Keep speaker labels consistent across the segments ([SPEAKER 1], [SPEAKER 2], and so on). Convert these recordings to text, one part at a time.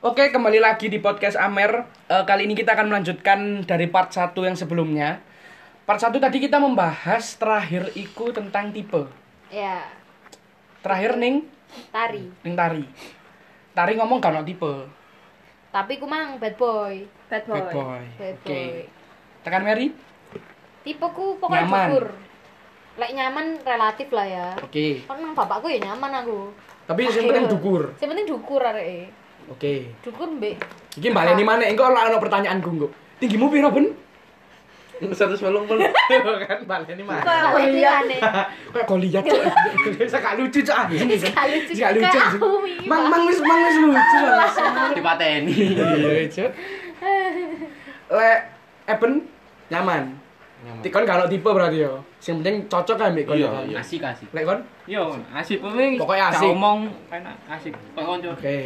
[SPEAKER 1] Oke, kembali lagi di podcast Amer. Eh, kali ini kita akan melanjutkan dari part 1 yang sebelumnya. Part 1 tadi kita membahas terakhir iku tentang tipe.
[SPEAKER 2] Ya,
[SPEAKER 1] Terakhir ning
[SPEAKER 2] tari.
[SPEAKER 1] ning Tari. Tari ngomong gak ono tipe.
[SPEAKER 2] Tapi ku mang bad boy. Bad
[SPEAKER 1] Bad boy.
[SPEAKER 2] Bad
[SPEAKER 1] Oke.
[SPEAKER 2] boy.
[SPEAKER 1] Tekan Mary?
[SPEAKER 2] Tipe ku pokoknya
[SPEAKER 1] Nyaman.
[SPEAKER 2] cukur. Lek nyaman relatif lah ya.
[SPEAKER 1] Oke.
[SPEAKER 2] Kan nang bapakku ya nyaman aku.
[SPEAKER 1] Tapi yang penting dukur.
[SPEAKER 2] Sing penting dukur areke.
[SPEAKER 1] Oke.
[SPEAKER 2] Dukur mbek
[SPEAKER 1] Iki baleni maneh engko ora ono pertanyaan gunggu. Tinggimu piro, Ben?
[SPEAKER 3] 180
[SPEAKER 1] kan baleni maneh.
[SPEAKER 2] kalilane.
[SPEAKER 1] Kayak kok lihat cok. Bisa gak lucu cok anjing.
[SPEAKER 2] Gak lucu.
[SPEAKER 1] Gak lucu.
[SPEAKER 2] Kayak
[SPEAKER 1] anjing.
[SPEAKER 2] aku ini,
[SPEAKER 1] Mang mang wis mang wis lucu langsung.
[SPEAKER 3] dipateni.
[SPEAKER 1] iya cuk lek Eben nyaman tikon kalau tipe berarti yo sing penting cocok kan mbek kon
[SPEAKER 3] Iya,
[SPEAKER 1] kan?
[SPEAKER 3] iya.
[SPEAKER 4] asik asik
[SPEAKER 1] lek kon
[SPEAKER 4] yo asik pokoknya
[SPEAKER 1] Pokoknya asik.
[SPEAKER 4] gak omong enak asik kok konco
[SPEAKER 1] oke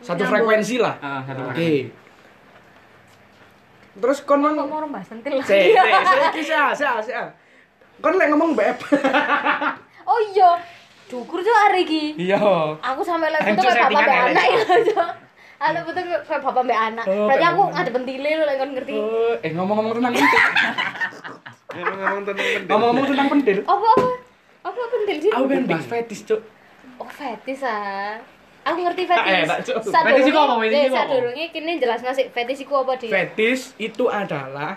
[SPEAKER 1] satu
[SPEAKER 2] Nyambung.
[SPEAKER 1] frekuensi lah
[SPEAKER 4] ah satu
[SPEAKER 1] oke
[SPEAKER 4] oke
[SPEAKER 1] terus kon mang
[SPEAKER 2] Kok mau mbahas sentil lah.
[SPEAKER 1] se se se iki se se se kon lek ngomong mbek Eben
[SPEAKER 2] Oh iya. Dukur tuh hari iki.
[SPEAKER 1] iya
[SPEAKER 2] Aku sampe lek
[SPEAKER 1] Hancur
[SPEAKER 2] butuh kayak bapak
[SPEAKER 1] settingan elek.
[SPEAKER 2] mbek anak ya. Cok. Aku butuh kayak bapak mbek anak.
[SPEAKER 1] Oh,
[SPEAKER 2] Berarti
[SPEAKER 1] kayak
[SPEAKER 2] aku
[SPEAKER 1] bapak.
[SPEAKER 2] ada pentile lho lek kon ngerti.
[SPEAKER 1] Eh, eh ngomong-ngomong tentang pentil
[SPEAKER 3] Ngomong-ngomong tentang
[SPEAKER 1] ngomong-ngomong tentang pentil
[SPEAKER 2] Apa apa? Apa pentil sih?
[SPEAKER 1] aku pengen bahas fetis cuk
[SPEAKER 2] Oh fetis ah. Aku ngerti fetis.
[SPEAKER 1] Ah, enak, Cuk.
[SPEAKER 4] Fetis iku apa? Fetis
[SPEAKER 2] eh,
[SPEAKER 4] iku apa?
[SPEAKER 2] sadurunge kene jelas sik fetis iku apa dia?
[SPEAKER 1] fetis itu adalah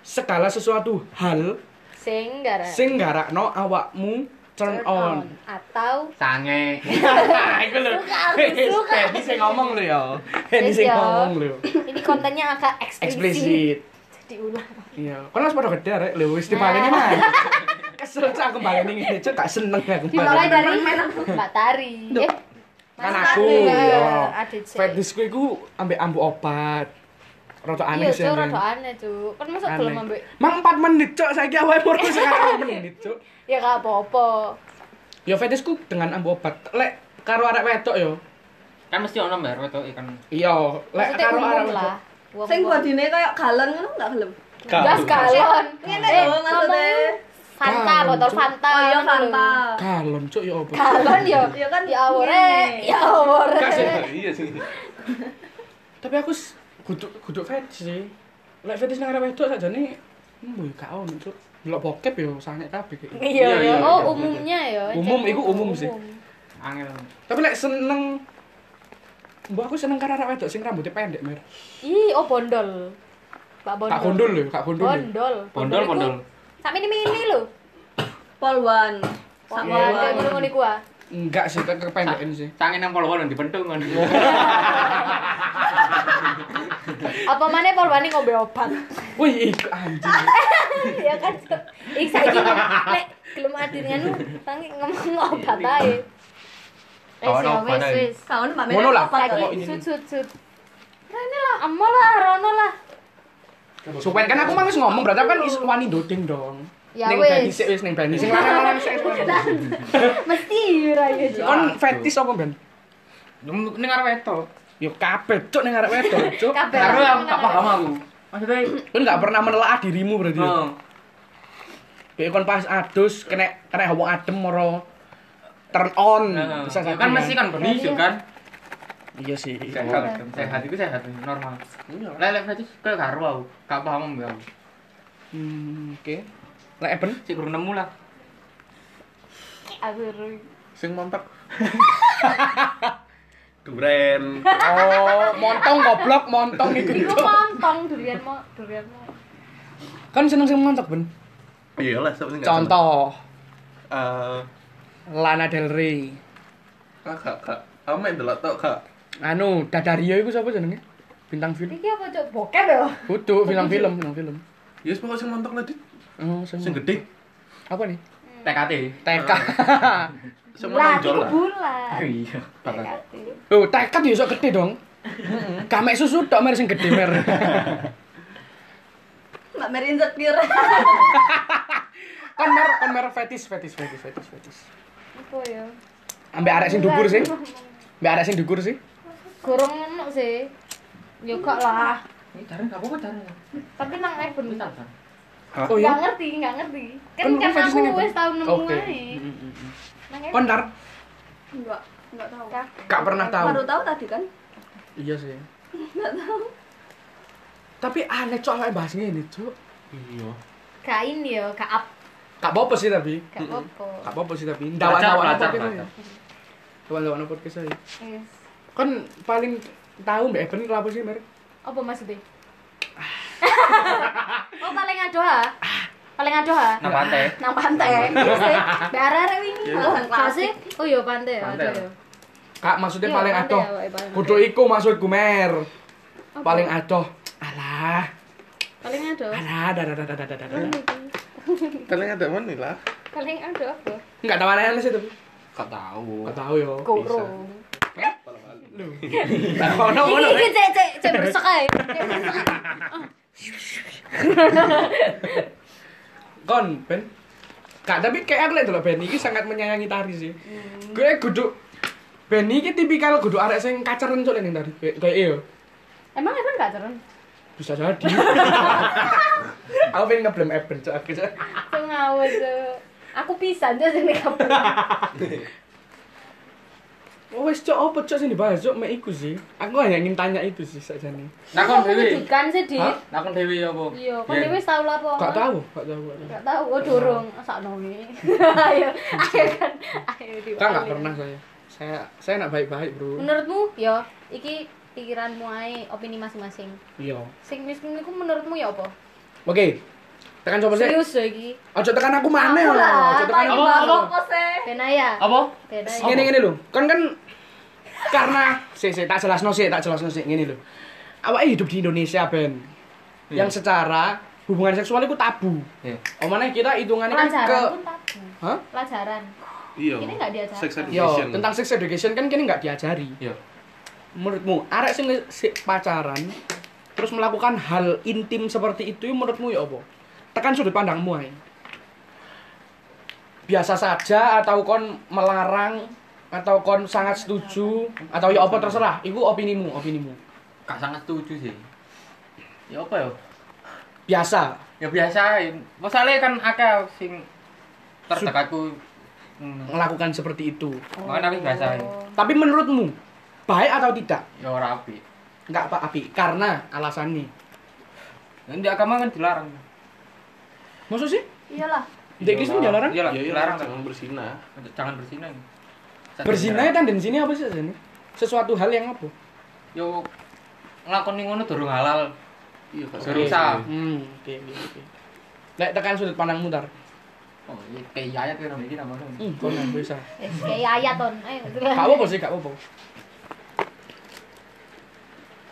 [SPEAKER 1] segala sesuatu hal
[SPEAKER 2] Sing gara.
[SPEAKER 1] sing garakno awakmu turn on.
[SPEAKER 2] atau
[SPEAKER 4] sange
[SPEAKER 1] Iku lho.
[SPEAKER 2] Suka, aku suka.
[SPEAKER 1] Fetis sing ngomong lho ya. Fetis sing
[SPEAKER 2] Iya.
[SPEAKER 1] ngomong lho.
[SPEAKER 2] ini kontennya agak eksplisit.
[SPEAKER 1] Eksplisit.
[SPEAKER 2] Diulang.
[SPEAKER 1] Iya. Kon harus pada gede rek lho wis dibaleni mah. Kesel cak aku baleni ngene cuk gak seneng aku.
[SPEAKER 2] Dimulai
[SPEAKER 1] baleni.
[SPEAKER 2] dari Mbak Tari. Eh,
[SPEAKER 1] Kan
[SPEAKER 2] Mas
[SPEAKER 1] aku
[SPEAKER 2] Tari.
[SPEAKER 1] yo.
[SPEAKER 2] Adit sih.
[SPEAKER 1] Fetisku iku ambek ambu obat. Rada aneh
[SPEAKER 2] Iya,
[SPEAKER 1] sih. aneh.
[SPEAKER 2] cuk, rada aneh, cuk. Kan masuk
[SPEAKER 1] Aneh.
[SPEAKER 2] belum ambek.
[SPEAKER 1] Mang 4 menit cuk saiki awake murku sekarang menit cuk.
[SPEAKER 2] Ya gak apa-apa.
[SPEAKER 1] Yo fetisku dengan ambu obat. Lek karo arek wedok yo.
[SPEAKER 4] kan mesti ono mbak roto ikan
[SPEAKER 1] Iya, lek
[SPEAKER 2] Maksudnya
[SPEAKER 1] karo arek
[SPEAKER 2] umum
[SPEAKER 1] wedok.
[SPEAKER 2] lah. Wong-
[SPEAKER 5] Sing
[SPEAKER 2] wong-
[SPEAKER 5] bodine kayak galon ngono enggak gelem.
[SPEAKER 2] Gas galon.
[SPEAKER 5] Ngene lho maksudnya.
[SPEAKER 2] Fanta,
[SPEAKER 1] Galon,
[SPEAKER 2] botol
[SPEAKER 1] Cuk.
[SPEAKER 2] Fanta.
[SPEAKER 5] Oh iya
[SPEAKER 2] ngono lho.
[SPEAKER 5] Fanta.
[SPEAKER 1] Galon cuk ya opo.
[SPEAKER 2] Galon ya.
[SPEAKER 5] Ya kan
[SPEAKER 2] Ya awore,
[SPEAKER 5] ngene.
[SPEAKER 2] ya awore.
[SPEAKER 3] Iya sih.
[SPEAKER 1] Tapi aku s- guduk guduk fetish sih. Lek fetish nang arek wedok sajane mbuh ya gak ono cuk. Delok bokep yo sange kabeh kayak.
[SPEAKER 2] Iya,
[SPEAKER 3] Iya,
[SPEAKER 2] iya.
[SPEAKER 3] iya, iya.
[SPEAKER 2] Oh, umumnya ya.
[SPEAKER 1] Umum,
[SPEAKER 2] Cek
[SPEAKER 1] iku umum sih.
[SPEAKER 4] angel
[SPEAKER 1] Tapi lek seneng Mbak aku seneng karo arek wedok sing rambutnya pendek, Mer.
[SPEAKER 2] Ih, oh bondol. Pak bondol.
[SPEAKER 1] Kak gondol lho, kak gondol. lho.
[SPEAKER 2] Bondol.
[SPEAKER 4] bondol
[SPEAKER 2] iku
[SPEAKER 4] bondol
[SPEAKER 2] Sak mini-mini lho.
[SPEAKER 5] Polwan.
[SPEAKER 2] Wah,
[SPEAKER 5] Sama
[SPEAKER 2] wah,
[SPEAKER 5] polwan.
[SPEAKER 2] ngono-ngono iku ah.
[SPEAKER 1] Enggak sih, tak kependekin sih.
[SPEAKER 4] sange nang polwan dipentung kan
[SPEAKER 2] Apa maneh polwane ngombe obat.
[SPEAKER 1] Wih, iku anjing.
[SPEAKER 2] Ya kan. Cuk. Iki saiki lek gelem adirian tangi ngomong obat ae. Wis
[SPEAKER 4] Kawan
[SPEAKER 2] ya,
[SPEAKER 4] obat
[SPEAKER 2] wis
[SPEAKER 4] ae.
[SPEAKER 2] wis.
[SPEAKER 5] Kawan Mbak
[SPEAKER 1] Ngono lah,
[SPEAKER 5] apa
[SPEAKER 1] pokoknya.
[SPEAKER 5] to?
[SPEAKER 2] Saiki sut sut sut. Rene lah, amo lah, rono lah.
[SPEAKER 1] Supen kan aku mah wis ngomong, berarti aku kan is- wani doting dong.
[SPEAKER 2] Ya
[SPEAKER 1] ning
[SPEAKER 2] wis.
[SPEAKER 1] bani sik wis ning bani sing lanang-lanang sik.
[SPEAKER 2] Mesti ora ya. Cuk.
[SPEAKER 1] Kon fetish apa, Ben?
[SPEAKER 4] ini ngarep weto
[SPEAKER 1] Yo kabeh cuk ning arek wedok, cuk.
[SPEAKER 2] Kabeh.
[SPEAKER 4] karena aku gak paham aku maksudnya
[SPEAKER 1] Kon gak pernah menelaah dirimu berarti. ya?
[SPEAKER 4] oh,
[SPEAKER 1] Bek kon kan pas adus kena kena hawa adem moro turn on.
[SPEAKER 4] nah,
[SPEAKER 1] Bisa saja.
[SPEAKER 4] kan mesti kan benih juga kan
[SPEAKER 1] Iya sih.
[SPEAKER 4] sehat sehat itu sehat normal lelek fetis kayak karo aku gak paham mbak aku
[SPEAKER 1] Hmm, oke. Lek Eben
[SPEAKER 4] sih kurang nemu lah
[SPEAKER 2] Aku
[SPEAKER 3] Sing montok. Duren.
[SPEAKER 1] Oh, montong goblok, montong iku.
[SPEAKER 2] Iku montong durian mau durian mau.
[SPEAKER 1] Kan seneng sing montok, Ben.
[SPEAKER 3] Iya lah, sebenarnya nggak
[SPEAKER 1] Contoh
[SPEAKER 3] seneng. Eh,
[SPEAKER 1] Lana Del Rey.
[SPEAKER 3] kak kak kak. Aku main delok tok kak.
[SPEAKER 1] Anu, Dadario iku sapa jenenge? Bintang film.
[SPEAKER 2] Iki apa cok bokep ya?
[SPEAKER 1] Kudu bintang film, bintang film.
[SPEAKER 3] Ya wis pokoknya sing montok lah, Dit.
[SPEAKER 1] Oh, sing
[SPEAKER 3] Sing gede,
[SPEAKER 1] apa nih?
[SPEAKER 4] TKT
[SPEAKER 1] TK.
[SPEAKER 3] sing
[SPEAKER 2] Lah, iku
[SPEAKER 3] menonjol lah.
[SPEAKER 2] bulan.
[SPEAKER 4] iya
[SPEAKER 3] Bakal.
[SPEAKER 1] Oh, TK yo sok gede dong. Gak mek susu tok mer sing gede mer.
[SPEAKER 5] Mbak Mary insecure.
[SPEAKER 1] Kon Kan mer, kon mer fetis, fetis, fetis, fetis, fetis.
[SPEAKER 2] Apa ya?
[SPEAKER 1] Ambek arek sing dukur sih. Mbak ada sing dukur sih.
[SPEAKER 2] Gorong ngono sih. Ya gak lah.
[SPEAKER 4] ini cari gak apa-apa cari
[SPEAKER 2] Tapi nang ae ben
[SPEAKER 4] bentar
[SPEAKER 2] gak
[SPEAKER 4] kan
[SPEAKER 1] Oh iya.
[SPEAKER 2] ngerti, gak ngerti.
[SPEAKER 1] Kan
[SPEAKER 2] Kan kan
[SPEAKER 1] fetish ning
[SPEAKER 2] aku
[SPEAKER 1] apa?
[SPEAKER 2] wis tau nemu
[SPEAKER 1] Oke. Mm,
[SPEAKER 2] ae. Nang ae
[SPEAKER 1] Kon dar
[SPEAKER 5] Enggak, enggak tahu.
[SPEAKER 2] kan.
[SPEAKER 1] Oh, gak pernah tahu.
[SPEAKER 5] Baru tahu tadi kan?
[SPEAKER 1] Iya sih. Tapi aneh cok awake bahas ngene, cok.
[SPEAKER 3] Iya.
[SPEAKER 2] kain yo gak up
[SPEAKER 1] Gak apa-apa sih tapi.
[SPEAKER 2] gak apa
[SPEAKER 1] Gak apa-apa sih tapi.
[SPEAKER 4] Belajar,
[SPEAKER 1] Ndawa-ndawa
[SPEAKER 4] belajar,
[SPEAKER 1] podcast aja.
[SPEAKER 4] belajar.
[SPEAKER 1] Ndawa-ndawa podcast aja.
[SPEAKER 2] yes.
[SPEAKER 1] Kan paling tahu Mbak Eben kenapa sih, Mer?
[SPEAKER 2] apa maksudnya oh paling adoh ha paling adoh ha
[SPEAKER 4] Nah, pantai.
[SPEAKER 2] nang pantai Iya barare wingi
[SPEAKER 4] Iya.
[SPEAKER 2] Gak sih? oh iya pantai ya
[SPEAKER 4] Pantai.
[SPEAKER 2] adoh ya.
[SPEAKER 1] Kak maksudnya
[SPEAKER 2] Iya,
[SPEAKER 1] paling
[SPEAKER 2] pantai
[SPEAKER 1] adoh.
[SPEAKER 2] ya, Pak, paling
[SPEAKER 1] Kudu
[SPEAKER 2] adoh.
[SPEAKER 1] iku maksudku, Mer.
[SPEAKER 2] Apa?
[SPEAKER 1] Paling adoh. Alah.
[SPEAKER 2] paling adoh
[SPEAKER 1] Alah, dadah dadah dadah dadah.
[SPEAKER 3] Kalian ada mana lah?
[SPEAKER 2] paling adoh apa
[SPEAKER 1] Enggak tahu aneh sih tapi.
[SPEAKER 3] Gak tahu.
[SPEAKER 1] Enggak tahu yo.
[SPEAKER 2] koro
[SPEAKER 1] Ono
[SPEAKER 2] ini
[SPEAKER 1] ono.
[SPEAKER 2] ini cek cek cek bersek ae Cek bersek.
[SPEAKER 1] kon ben gak tapi kayak lek delok Ben iki sangat menyayangi tari sih
[SPEAKER 2] Hmm.
[SPEAKER 1] gue guduk Ben iki tipikal guduk arek sing kaceren cuk ning tari kayak kayak yo
[SPEAKER 2] emang Evan gak turun
[SPEAKER 1] bisa jadi aku pengen ngeblem Eben cuk aku cuk
[SPEAKER 2] tuh ngawur tuh aku pisan tuh sini kapan
[SPEAKER 1] Oh, wes cuk opo cuk sing dibahas cuk mek iku sih aku hanya ingin tanya itu sih sajane
[SPEAKER 4] Nah, kon dewi.
[SPEAKER 2] pendidikan sih di
[SPEAKER 1] Hah?
[SPEAKER 4] Nah, kon dewi apa?
[SPEAKER 2] iya kan dewi tahu lah apa
[SPEAKER 1] gak tahu gak tahu gak tahu.
[SPEAKER 2] Gak tahu, oh dorong, sak nomi. ayo, ayo kan, ayo di.
[SPEAKER 1] kan gak pernah saya saya saya nak baik-baik bro
[SPEAKER 2] Menurutmu, yo, iki pikiranmu ae, opini masing-masing.
[SPEAKER 1] iya
[SPEAKER 2] Sing miskin iku menurutmu ya apa?
[SPEAKER 1] oke tekan coba sih
[SPEAKER 2] Serius yo iki.
[SPEAKER 1] ojo tekan aku mana
[SPEAKER 2] Aku
[SPEAKER 1] yo
[SPEAKER 2] lah,
[SPEAKER 1] ojo tekan
[SPEAKER 2] paling
[SPEAKER 1] aku
[SPEAKER 2] bawah.
[SPEAKER 1] mana
[SPEAKER 5] Apa sih?
[SPEAKER 1] Eh.
[SPEAKER 2] Benaya.
[SPEAKER 4] Apa?
[SPEAKER 2] Benaya.
[SPEAKER 1] ngene ngene lho kan kan karena si si tak jelasno sih tak jelasno sih ngene lho awake hidup di Indonesia ben yang secara hubungan seksual itu tabu
[SPEAKER 4] Iya.
[SPEAKER 1] omane kita hitungannya kan
[SPEAKER 2] Pelajaran
[SPEAKER 1] ke
[SPEAKER 2] pun tabu.
[SPEAKER 1] Hah?
[SPEAKER 2] Pelajaran.
[SPEAKER 3] Iya.
[SPEAKER 2] Ini nggak diajarkan.
[SPEAKER 3] Sex
[SPEAKER 1] Yo,
[SPEAKER 3] education.
[SPEAKER 1] tentang sex education kan kini nggak diajari.
[SPEAKER 4] Iya.
[SPEAKER 1] Menurutmu, arek sing si pacaran terus melakukan hal intim seperti itu menurutmu ya apa? Tekan sudut pandangmu ae. Biasa saja atau kon melarang atau kon sangat setuju atau ya apa terserah. Iku opinimu, opinimu.
[SPEAKER 4] Gak sangat setuju sih. Ya apa ya?
[SPEAKER 1] Biasa.
[SPEAKER 4] Ya biasa. Masalahnya kan akeh sing terdekatku. Hmm.
[SPEAKER 1] melakukan seperti itu.
[SPEAKER 4] Makanya aku biasa.
[SPEAKER 1] Tapi menurutmu baik atau tidak?
[SPEAKER 4] Ya rapi.
[SPEAKER 1] Enggak apa api karena alasannya.
[SPEAKER 4] Di agama kan dilarang.
[SPEAKER 1] Maksud sih?
[SPEAKER 2] Iyalah.
[SPEAKER 1] Dek Kristen dilarang?
[SPEAKER 4] Iya lah,
[SPEAKER 3] Iya, iya,
[SPEAKER 4] dilarang. kan.
[SPEAKER 3] jangan bersinah.
[SPEAKER 4] Jangan bersinar.
[SPEAKER 1] Berzina itu tendensinya apa sih Zani? Sesuatu hal yang apa?
[SPEAKER 4] Yo nglakoni ngono durung halal.
[SPEAKER 3] Iya, Kak.
[SPEAKER 4] Suruh sah.
[SPEAKER 1] Hmm, oke oke oke. Lek tekan sudut pandang mutar.
[SPEAKER 4] Oh, iya, kayak ayat kan iki namanya.
[SPEAKER 1] Hmm, kau nggak bisa.
[SPEAKER 2] Eh, kayak ayat ton. Eh, Ayo.
[SPEAKER 1] Kak apa sih kak apa?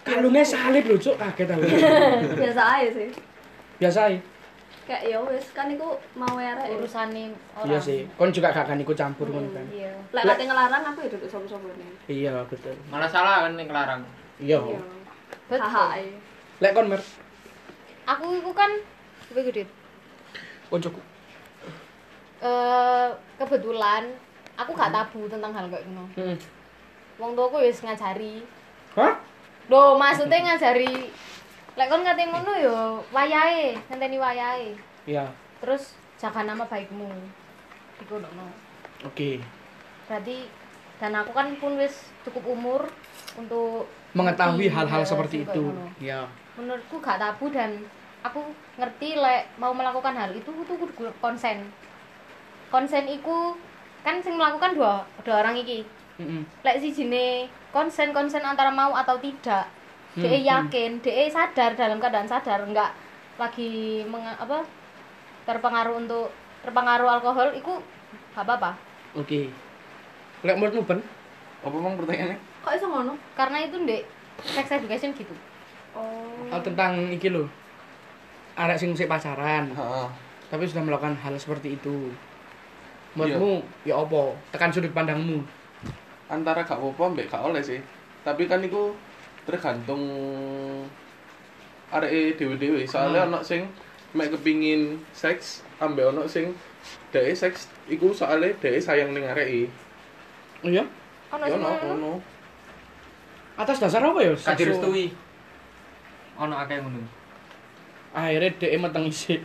[SPEAKER 1] Kalungnya salib loh cuk kaget aku.
[SPEAKER 5] Biasa aja sih.
[SPEAKER 1] Biasa aja.
[SPEAKER 5] Kayak ya wis kan iku mau arek. ya.
[SPEAKER 2] Urusane orang.
[SPEAKER 1] Iya sih. Kon juga gak akan ikut campur kon kan.
[SPEAKER 2] Iya.
[SPEAKER 5] Lek kate ngelarang aku ya duduk sama-sama ini.
[SPEAKER 1] Iya betul.
[SPEAKER 4] Malah salah kan yang larang.
[SPEAKER 1] Iya.
[SPEAKER 5] Iya.
[SPEAKER 2] Betul.
[SPEAKER 5] Hahai.
[SPEAKER 1] Lek kon mer,
[SPEAKER 2] Aku iku kan lebih gede.
[SPEAKER 1] kon cukup.
[SPEAKER 2] Eh, kebetulan aku gak tabu tentang hal kayak gini.
[SPEAKER 1] Hmm.
[SPEAKER 2] Wong tuaku wis ngajari.
[SPEAKER 1] Hah?
[SPEAKER 2] Loh, maksudnya ngajari lek kon ngate ngono yo wayahe, ngenteni wayahe.
[SPEAKER 1] Iya.
[SPEAKER 2] Terus jaga nama baikmu. Iku ngono.
[SPEAKER 1] Oke.
[SPEAKER 2] Berarti dan aku kan pun wis cukup umur untuk
[SPEAKER 1] Mengetahui
[SPEAKER 2] ngerti,
[SPEAKER 1] hal-hal
[SPEAKER 2] ya,
[SPEAKER 1] seperti
[SPEAKER 2] sing kayak
[SPEAKER 1] itu.
[SPEAKER 2] ngono.
[SPEAKER 1] Iya.
[SPEAKER 2] Menurutku gak tabu dan aku ngerti lek mau melakukan hal itu tuh kudu gue konsen. Konsen iku kan sing melakukan dua dua orang iki.
[SPEAKER 1] Mm-mm.
[SPEAKER 2] lek si jine konsen konsen antara mau atau tidak
[SPEAKER 3] Hmm,
[SPEAKER 2] de yakin de sadar dalam keadaan sadar nggak lagi menge- apa terpengaruh untuk terpengaruh alkohol iku gak apa-apa
[SPEAKER 1] Oke. Lek menurutmu Ben?
[SPEAKER 3] Iya. Apa emang pertanyaannya?
[SPEAKER 5] Kok iso ngono?
[SPEAKER 2] karena itu ndek sex education gitu
[SPEAKER 5] Oh.
[SPEAKER 1] Oh, tentang iki lho. Arek sing sik pacaran.
[SPEAKER 3] Heeh.
[SPEAKER 1] tapi sudah melakukan hal seperti itu menurutmu ya apa tekan sudut pandangmu
[SPEAKER 3] Antara gak apa-apa mbek gak oleh sih. Tapi kan iku tergantung arek dewe-dewe. Soalnya ono sing mek kepingin seks ambek ono sing dhek seks iku soalnya dhek sayang ning arek
[SPEAKER 1] iya
[SPEAKER 2] ono
[SPEAKER 3] Ya
[SPEAKER 2] sing
[SPEAKER 3] ono
[SPEAKER 2] ngono
[SPEAKER 3] ono.
[SPEAKER 1] atas dasar apa ya
[SPEAKER 4] Gak
[SPEAKER 1] seksu-
[SPEAKER 4] direstui. Ono akeh ngono.
[SPEAKER 1] akhirnya dia meteng isi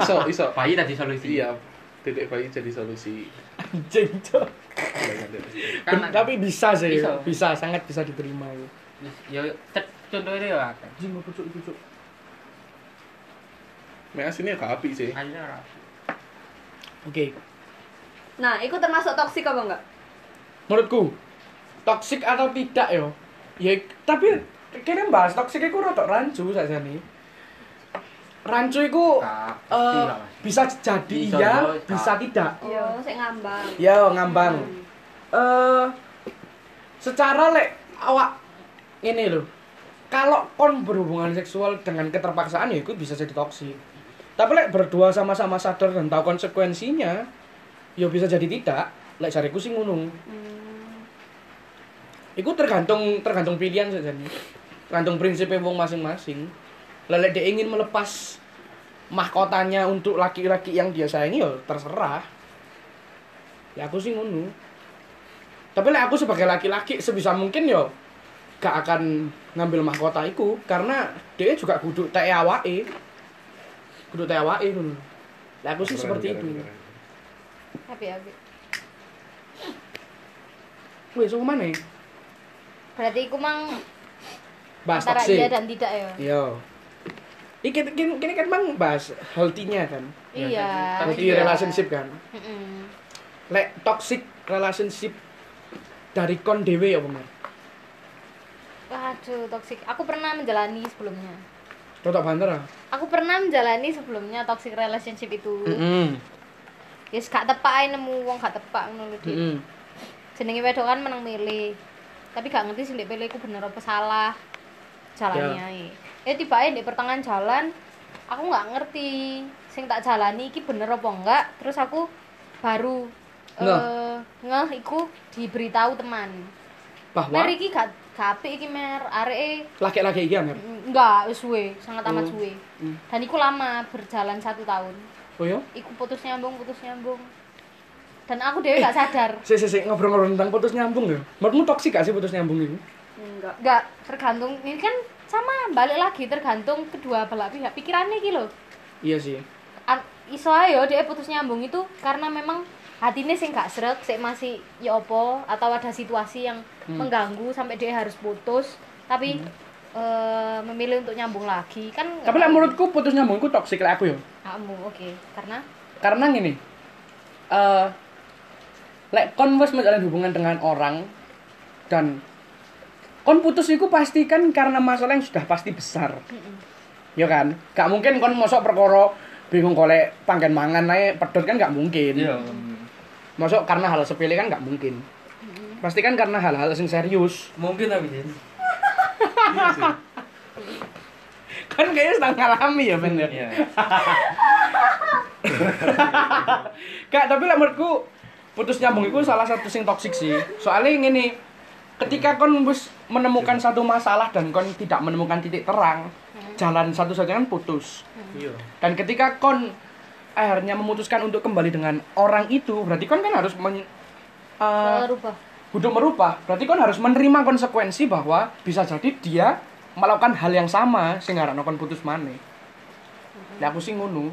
[SPEAKER 3] Iso iso.
[SPEAKER 4] Bayi tadi solusi.
[SPEAKER 3] Iya. Dedek bayi jadi solusi.
[SPEAKER 1] anjing Cok.
[SPEAKER 3] Jangan direstui.
[SPEAKER 4] Kan
[SPEAKER 1] tapi bisa sih
[SPEAKER 4] Bisa.
[SPEAKER 1] bisa sangat bisa diterima ya.
[SPEAKER 4] yo cet- contohnya kan. yo akeh.
[SPEAKER 1] Jing pucuk pucuk.
[SPEAKER 3] Mek asine gak apik sih.
[SPEAKER 4] Akhirnya ora. apik.
[SPEAKER 1] Oke.
[SPEAKER 5] Nah, itu termasuk toksik apa enggak?
[SPEAKER 1] Menurutku toksik atau tidak yo. Ya tapi kene bahas toksik iku rada rancu sajane. Rancu iku
[SPEAKER 4] Kak,
[SPEAKER 1] eh,
[SPEAKER 4] pasti lah, Mas.
[SPEAKER 1] bisa jadi
[SPEAKER 4] Bisa
[SPEAKER 1] iya,
[SPEAKER 4] yo, Kak.
[SPEAKER 1] bisa tidak.
[SPEAKER 5] Iya, Oh, sik ngambang. Hmm.
[SPEAKER 1] Yo ngambang. Eh secara lek awak ini loh. Kalau kon berhubungan seksual dengan keterpaksaan ya itu bisa jadi toksik. Tapi lek berdua sama-sama sadar dan tahu konsekuensinya, ya bisa jadi tidak. Lek cariku sih ngono. Iku tergantung tergantung pilihan saja nih. Tergantung prinsipnya wong masing-masing. Lele dia ingin melepas mahkotanya untuk laki-laki yang dia sayangi ya terserah. Ya aku sih ngono. Tapi lek aku sebagai laki-laki sebisa mungkin yo gak akan ngambil mahkota iku karena dia juga kudu teke awake. Kudu teke awake ngono. Lek aku sih
[SPEAKER 3] Keren,
[SPEAKER 1] seperti
[SPEAKER 3] keren,
[SPEAKER 1] itu.
[SPEAKER 3] keren.
[SPEAKER 2] Tapi aku.
[SPEAKER 1] Wes so ya? mana?
[SPEAKER 2] Berarti iku mang
[SPEAKER 3] Ah,
[SPEAKER 1] Bahas
[SPEAKER 2] antara iya
[SPEAKER 1] toksik.
[SPEAKER 2] dan tidak ya.
[SPEAKER 1] Yo. Ini kan kan kan kan bang bahas healthy-nya kan.
[SPEAKER 4] Iya,
[SPEAKER 2] Iya.
[SPEAKER 4] tapi-
[SPEAKER 1] Healthy
[SPEAKER 4] Iya.
[SPEAKER 1] relationship kan.
[SPEAKER 2] Mm-mm.
[SPEAKER 1] Lek toxic relationship dari kon dewe ya bener.
[SPEAKER 2] Waduh, toksik. Aku pernah menjalani sebelumnya.
[SPEAKER 1] Cocok banter ah.
[SPEAKER 2] Aku pernah menjalani sebelumnya toxic relationship itu.
[SPEAKER 1] Heeh.
[SPEAKER 2] Yes, gak tepak ae nemu wong gak tepak ngono lho, Dik.
[SPEAKER 1] Heeh.
[SPEAKER 2] jenenge wedok kan menang milih tapi gak ngerti sih ndek milih iku bener apa salah jalannya
[SPEAKER 1] Ya.
[SPEAKER 2] ae eh tiba di pertengahan jalan aku nggak ngerti sing tak jalani iki bener apa enggak terus aku baru
[SPEAKER 1] Ngeh.
[SPEAKER 2] eh, ngeh iku diberitahu teman
[SPEAKER 1] Bahwa
[SPEAKER 2] mer iki gak gak apik iki mer areke
[SPEAKER 1] laki-laki iki Amer.
[SPEAKER 2] enggak wis suwe sangat amat
[SPEAKER 1] Hmm.
[SPEAKER 2] suwe
[SPEAKER 1] Hmm.
[SPEAKER 2] dan iku lama berjalan satu tahun
[SPEAKER 1] Oh yo.
[SPEAKER 2] iku putus nyambung putus nyambung dan aku
[SPEAKER 1] Eh.
[SPEAKER 2] dewe gak sadar
[SPEAKER 1] Si si si ngobrol-ngobrol tentang putus nyambung ya. Menurutmu toksik gak sih putus nyambung itu?
[SPEAKER 5] Enggak.
[SPEAKER 2] nggak tergantung ini kan sama balik lagi tergantung kedua belah pihak pikirannya iki lho
[SPEAKER 1] Iya sih.
[SPEAKER 2] An- iso ae yo dia putus nyambung itu karena memang hatinya sih nggak seret sih masih ya opo atau ada situasi yang
[SPEAKER 1] Hmm.
[SPEAKER 2] mengganggu sampai dia harus putus tapi eh, memilih untuk nyambung lagi kan nggak
[SPEAKER 1] Tapi lek
[SPEAKER 2] tahu.
[SPEAKER 1] menurutku putus nyambung iku toksik lek aku yo.
[SPEAKER 2] kamu oke karena
[SPEAKER 1] karena gini eh lek kon wis menjalin hubungan dengan orang dan kon putus iku pastikan karena masalah yang sudah pasti besar ya kan gak mungkin kon mosok perkara bingung golek panggen mangan ae pedot kan gak mungkin
[SPEAKER 4] Iya.
[SPEAKER 1] mosok karena hal sepele kan gak mungkin pastikan karena hal-hal yang serius
[SPEAKER 4] Mungkin tapi sih.
[SPEAKER 1] kan kayaknya sedang ngalami ya bener
[SPEAKER 4] Iya.
[SPEAKER 1] Kak, tapi lah menurutku putus nyambung itu salah satu sing toksik sih. Soalnya ngene, ketika kon wis menemukan satu masalah dan kon tidak menemukan titik terang, jalan satu-satunya kan putus.
[SPEAKER 3] Iya.
[SPEAKER 1] Dan ketika kon akhirnya memutuskan untuk kembali dengan orang itu, berarti kon kan harus men, eh,
[SPEAKER 2] berubah
[SPEAKER 1] kudu merubah. Berarti kon harus menerima konsekuensi bahwa bisa jadi dia melakukan hal yang sama sehingga ngarano kon putus maneh. Lah aku sih ngono.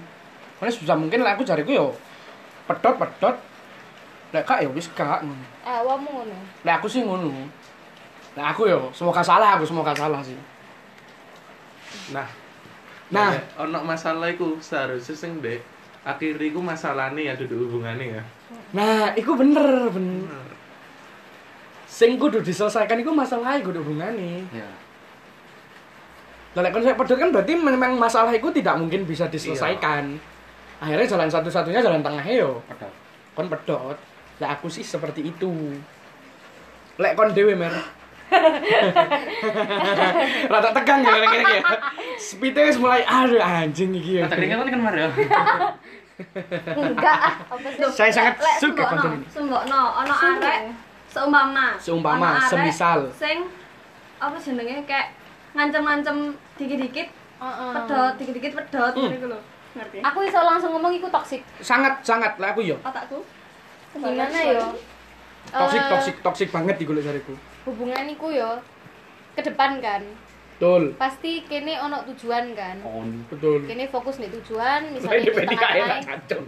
[SPEAKER 1] Mana susah mungkin lah aku jariku yo pedot pedot. Lah kak ya wis kak. ngono.
[SPEAKER 2] awakmu Eh, ngono
[SPEAKER 1] Lah aku sih ngono. Lah aku yo semoga salah aku semoga salah sih.
[SPEAKER 3] Nah,
[SPEAKER 1] Nah,
[SPEAKER 3] Nah, ono masalah iku seharusnya sing dek akhirnya iku masalahnya ya duduk hubungannya ya.
[SPEAKER 1] nah iku bener bener. Sing kudu diselesaikan iku masalah kudu hubungane.
[SPEAKER 4] Iya.
[SPEAKER 1] Lah nek konsep pedot kan berarti memang masalah itu tidak mungkin bisa diselesaikan. Akhirnya jalan satu-satunya jalan tengahnya yo
[SPEAKER 4] Padahal.
[SPEAKER 1] kon pedot. Lah aku sih seperti itu. Lek kon dhewe mer. Rata tegang ya kira-kira ya. Speednya wis mulai aduh anjing iki ya.
[SPEAKER 4] Kata keringetan kan Mario.
[SPEAKER 2] enggak ah apa sih
[SPEAKER 1] Saya sangat
[SPEAKER 5] Lek
[SPEAKER 1] suka konten
[SPEAKER 5] sembokno,
[SPEAKER 1] ini.
[SPEAKER 5] sembokno, ono
[SPEAKER 2] Sembokno.
[SPEAKER 5] arek seumpama.
[SPEAKER 1] Seumpama,
[SPEAKER 5] Ono arek
[SPEAKER 1] semisal.
[SPEAKER 5] Sing apa jenenge kayak ngancem-ngancem dikit-dikit
[SPEAKER 2] Heeh.
[SPEAKER 5] pedot, dikit-dikit pedot
[SPEAKER 1] Hmm.
[SPEAKER 5] gitu lho. Ngerti?
[SPEAKER 2] Ah. aku iso langsung ngomong iku toksik
[SPEAKER 1] Sangat sangat lah aku yo.
[SPEAKER 5] Otakku
[SPEAKER 2] gimana ya? yo
[SPEAKER 1] Toksik
[SPEAKER 2] Eh,
[SPEAKER 1] toksik toksik banget digolek jariku.
[SPEAKER 2] hubungan iku yo ke depan kan
[SPEAKER 1] Betul.
[SPEAKER 2] pasti kene ono tujuan kan
[SPEAKER 4] Kon.
[SPEAKER 1] Betul.
[SPEAKER 2] kene fokus nih tujuan
[SPEAKER 1] Saya di
[SPEAKER 2] misalnya di
[SPEAKER 1] PDKM
[SPEAKER 2] tengah
[SPEAKER 1] tak kacau.